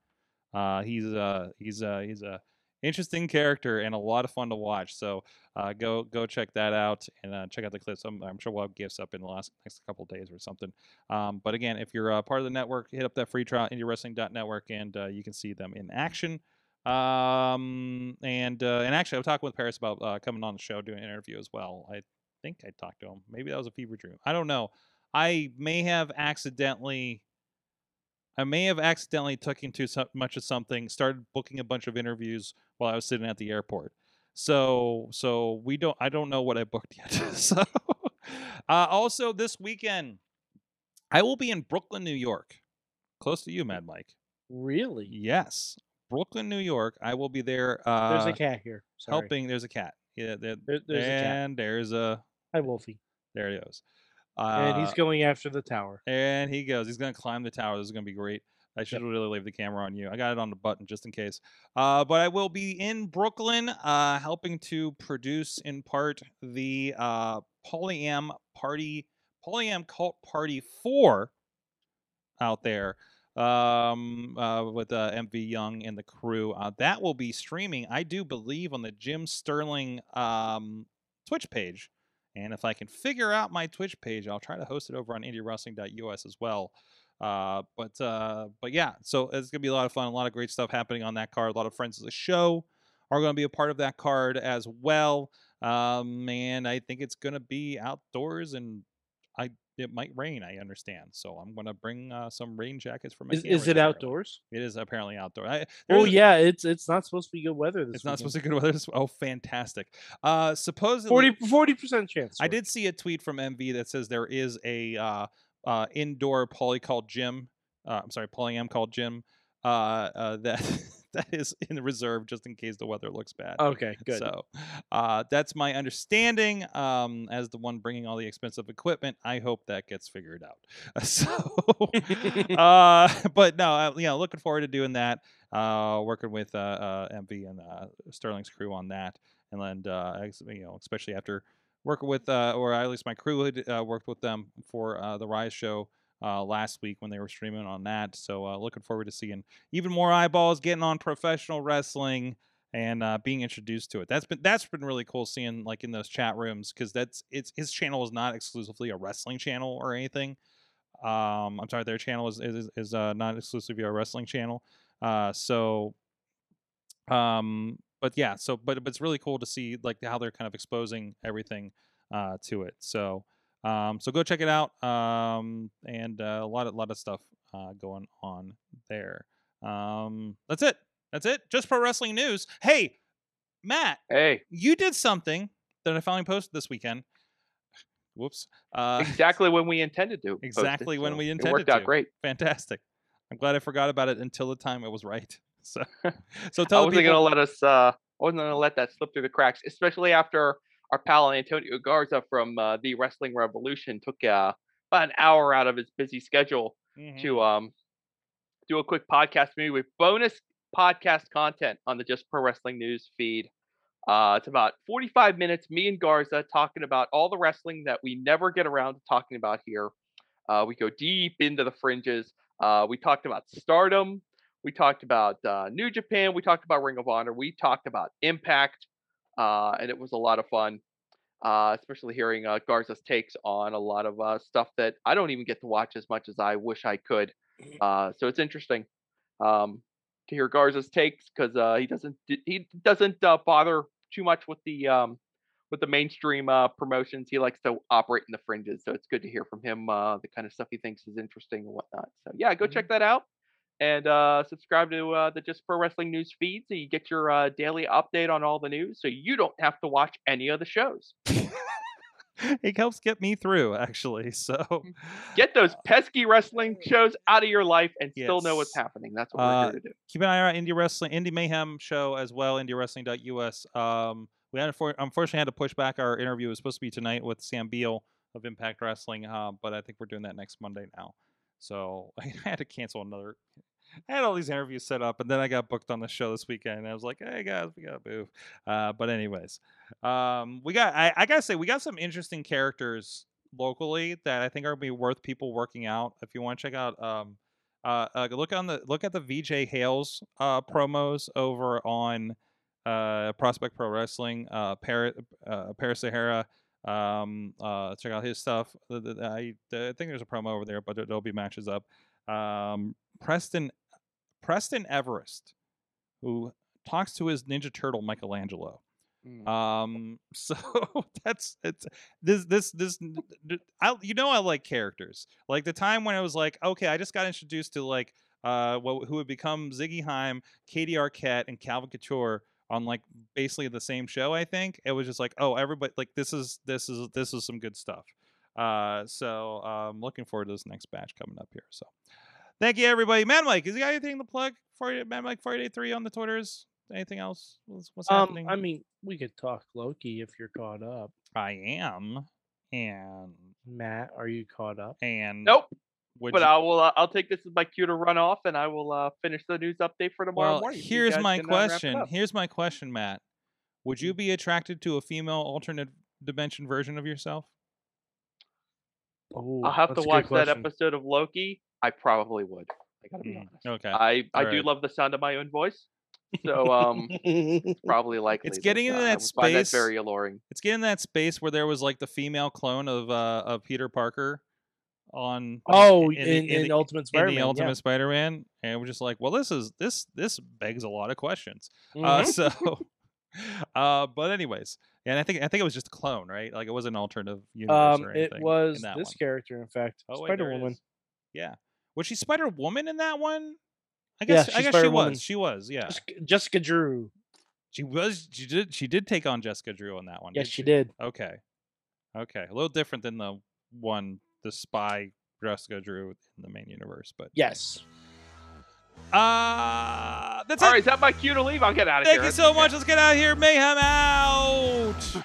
A: Uh, he's uh, he's uh, he's a interesting character and a lot of fun to watch. So uh, go go check that out and uh, check out the clips. I'm, I'm sure we'll have gifts up in the last next couple days or something. Um, but again, if you're uh, part of the network, hit up that free trial indiewrestling.network and uh, you can see them in action. Um and uh, and actually, I was talking with Paris about uh, coming on the show doing an interview as well. I think I talked to him. Maybe that was a fever dream. I don't know. I may have accidentally I may have accidentally took into so much of something, started booking a bunch of interviews while I was sitting at the airport. So so we don't I don't know what I booked yet. [LAUGHS] so uh, also this weekend I will be in Brooklyn, New York. Close to you, Mad Mike.
B: Really?
A: Yes. Brooklyn, New York. I will be there uh
B: There's a cat here. Sorry.
A: helping there's a cat. Yeah, there,
B: There- there's a cat.
A: and there's a
B: Hi, Wolfie.
A: there it goes.
B: and
A: Uh,
B: he's going after the tower.
A: And he goes. He's going to climb the tower. This is going to be great. I should really leave the camera on you. I got it on the button just in case. Uh, but I will be in Brooklyn, uh, helping to produce in part the uh, Polyam Party, Polyam Cult Party Four, out there um uh with uh mv young and the crew uh that will be streaming i do believe on the jim sterling um twitch page and if i can figure out my twitch page i'll try to host it over on indiewrestling.us as well uh but uh but yeah so it's gonna be a lot of fun a lot of great stuff happening on that card a lot of friends of the show are gonna be a part of that card as well um and i think it's gonna be outdoors and i it might rain i understand so i'm gonna bring uh, some rain jackets for my
B: Is,
A: cameras,
B: is it
A: apparently.
B: outdoors?
A: It is apparently outdoor. I,
B: Oh
A: there's-
B: yeah, it's it's not supposed to be good weather this
A: it's not supposed to be good [LAUGHS] weather. this- Oh, fantastic! Uh, supposedly,
B: 40 percent chance.
A: I
B: for it.
A: did see a tweet from MV that says there is a uh, uh, indoor poly called gym. Uh, I'm sorry, polyam called gym. Uh, uh, that [LAUGHS] that is in reserve just in case the weather looks bad.
B: Okay, Oh, good.
A: So uh, that's my understanding. Um, as the one bringing all the expensive equipment, I hope that gets figured out. [LAUGHS] So, uh, but no, uh, you know, looking forward to doing that. Uh, working with uh, uh, MV and uh, Sterling's crew on that, and then uh, ex- you know, especially after working with, uh, or at least my crew had uh, worked with them for uh, the Rise show. Uh, last week when they were streaming on that, so uh, looking forward to seeing even more eyeballs getting on professional wrestling and uh, being introduced to it. That's been that's been really cool seeing like in those chat rooms because that's it's his channel is not exclusively a wrestling channel or anything. Um, I'm sorry, their channel is is is uh, not exclusively a wrestling channel. Uh, so, um, but yeah, so but but it's really cool to see like how they're kind of exposing everything uh, to it. So. Um, so go check it out, um, and uh, a lot, of, lot of stuff uh, going on there. Um, that's it. That's it. Just pro wrestling news. Hey, Matt,
C: Hey,
A: you did something that I finally posted this weekend. Whoops. Uh,
C: exactly when we intended to. post it,
A: exactly when
C: so
A: we
C: It
A: intended
C: worked out
A: to.
C: great.
A: fantastic. I'm glad I forgot about it until the time it was right. [LAUGHS]
C: [LAUGHS]
A: So, so
C: I
A: tell the
C: wasn't going to
A: people.
C: let us. Uh, I wasn't going to let that slip through the cracks, especially after our pal Antonio Garza from uh, the Wrestling Revolution took uh, about an hour out of his busy schedule
B: Mm-hmm.
A: Mhm.
C: to um do a quick podcast maybe with bonus podcast content on the Just Pro Wrestling News feed. Uh, it's about 45 minutes. Me and Garza talking about all the wrestling that we never get around to talking about here. Uh, we go deep into the fringes. Uh, we talked about Stardom. We talked about uh, New Japan. We talked about Ring of Honor. We talked about Impact, uh, and it was a lot of fun. Uh, especially hearing uh, Garza's takes on a lot of uh, stuff that I don't even get to watch as much as I wish I could. Uh, so it's interesting um, to hear Garza's takes because uh, he doesn't d- he doesn't uh, bother too much with the um, with the mainstream uh, promotions. He likes to operate in the fringes, so it's good to hear from him uh, the kind of stuff he thinks is interesting and whatnot. So yeah, go check that out and uh, subscribe to uh, the Just Pro Wrestling News feed so you get your uh, daily update on all the news, so you don't have to watch any of the shows.
A: [LAUGHS] it helps get me through, actually. [LAUGHS] So,
C: Get those pesky wrestling shows out of your life and still know what's
A: Yes.
C: happening. That's what we're
A: Uh,
C: here to do.
A: keep an eye out indie wrestling indie mayhem show as well indiewrestling.us um we had, unfor- unfortunately had to push back our interview it was supposed to be tonight with sam beal of impact wrestling uh, but i think we're doing that next monday now so [LAUGHS] i had to cancel another i had all these interviews set up and then i got booked on the show this weekend and i was like hey guys we gotta move uh, but anyways um we got I, I gotta say we got some interesting characters locally that i think are gonna be worth people working out if you want to check out um uh, uh, look on the look at the VJ Hales uh, promos over on uh, Prospect Pro Wrestling. Uh, Paris uh, Paris Sahara. Um, uh, check out his stuff. The- the- I, I think there's a promo over there, but there- there'll be matches up. Um, Preston Preston Everest, who talks to his Ninja Turtle Michelangelo. Um, [LAUGHS] so that's it's this this this n- d- I you know I like characters like the time when I was like okay I just got introduced to like uh what who would become Ziggy Heim, Katie Arquette, and Calvin Couture on like basically the same show I think it was just like oh everybody like this is this is this is some good stuff. Uh, so um, looking forward to this next batch coming up here. So thank you everybody. Mad Mike, is he got anything to plug for you? Mad Mike Friday three on the Twitters. Anything else? What's, what's
B: Um,
A: happening?
B: I mean, we could talk Loki if you're caught up.
A: I am, and
B: Matt, are you caught up?
A: and
C: Nope.
A: Would
C: but
A: you-
C: I will. Uh, I'll take this as my cue to run off, and I will uh, finish the news update for tomorrow
A: well,
C: morning. You
A: here's
C: guys
A: my
C: can, uh, wrap it
A: question.
C: up. Mm-hmm.
A: Here's my question, Matt. Would you be attracted to a female alternate dimension version of yourself?
B: Oh,
C: I'll have
B: that's
C: to
B: a good
C: watch that
B: question.
A: [LAUGHS]
C: episode of Loki. I probably would. I gotta be
A: Mm,
C: honest.
A: Okay.
C: I I do
A: alright.
C: love the sound of my own voice,
A: [LAUGHS]
C: so um, probably likely.
A: getting
C: that,
A: into
C: uh, I
A: that
C: would Find that
A: space-
C: very alluring.
A: It's getting that space where there was like the female clone of uh of Peter Parker on
B: oh, in,
A: in
B: in,
A: the- in the- in
B: Ultimate
A: in
B: Spider-Man,
A: the
B: yeah.
A: Ultimate Spider-Man, and we're just like, well, this is this this begs a lot of questions. Uh,
B: Mhm.
A: so, [LAUGHS] uh, but anyways, and I think I think it was just a clone, right? Like it was an alternative universe
B: um,
A: or
B: it
A: anything. in
B: was
A: that
B: this
A: one.
B: character, in fact,
A: Oh, wait, there it
B: Spider-Woman.
A: is. Yeah, was she Spider Woman in that one? I guess
B: Yeah, she's
A: I guess she
B: Spider-Woman.
A: was. She was. Yeah,
B: Jessica, Jessica Drew.
A: she was. She did. She did take on Jessica Drew on that one.
B: Yes, she did.
A: Okay. Okay. A little different than the one the spy Jessica Drew in the main universe, but
B: Yes.
A: uh that's
C: All
A: it.
C: right, is that my cue to leave? I'll get out of
A: Thank
C: here.
A: you
C: That's
A: so
C: okay.
A: much. Let's get out of here. Mayhem out.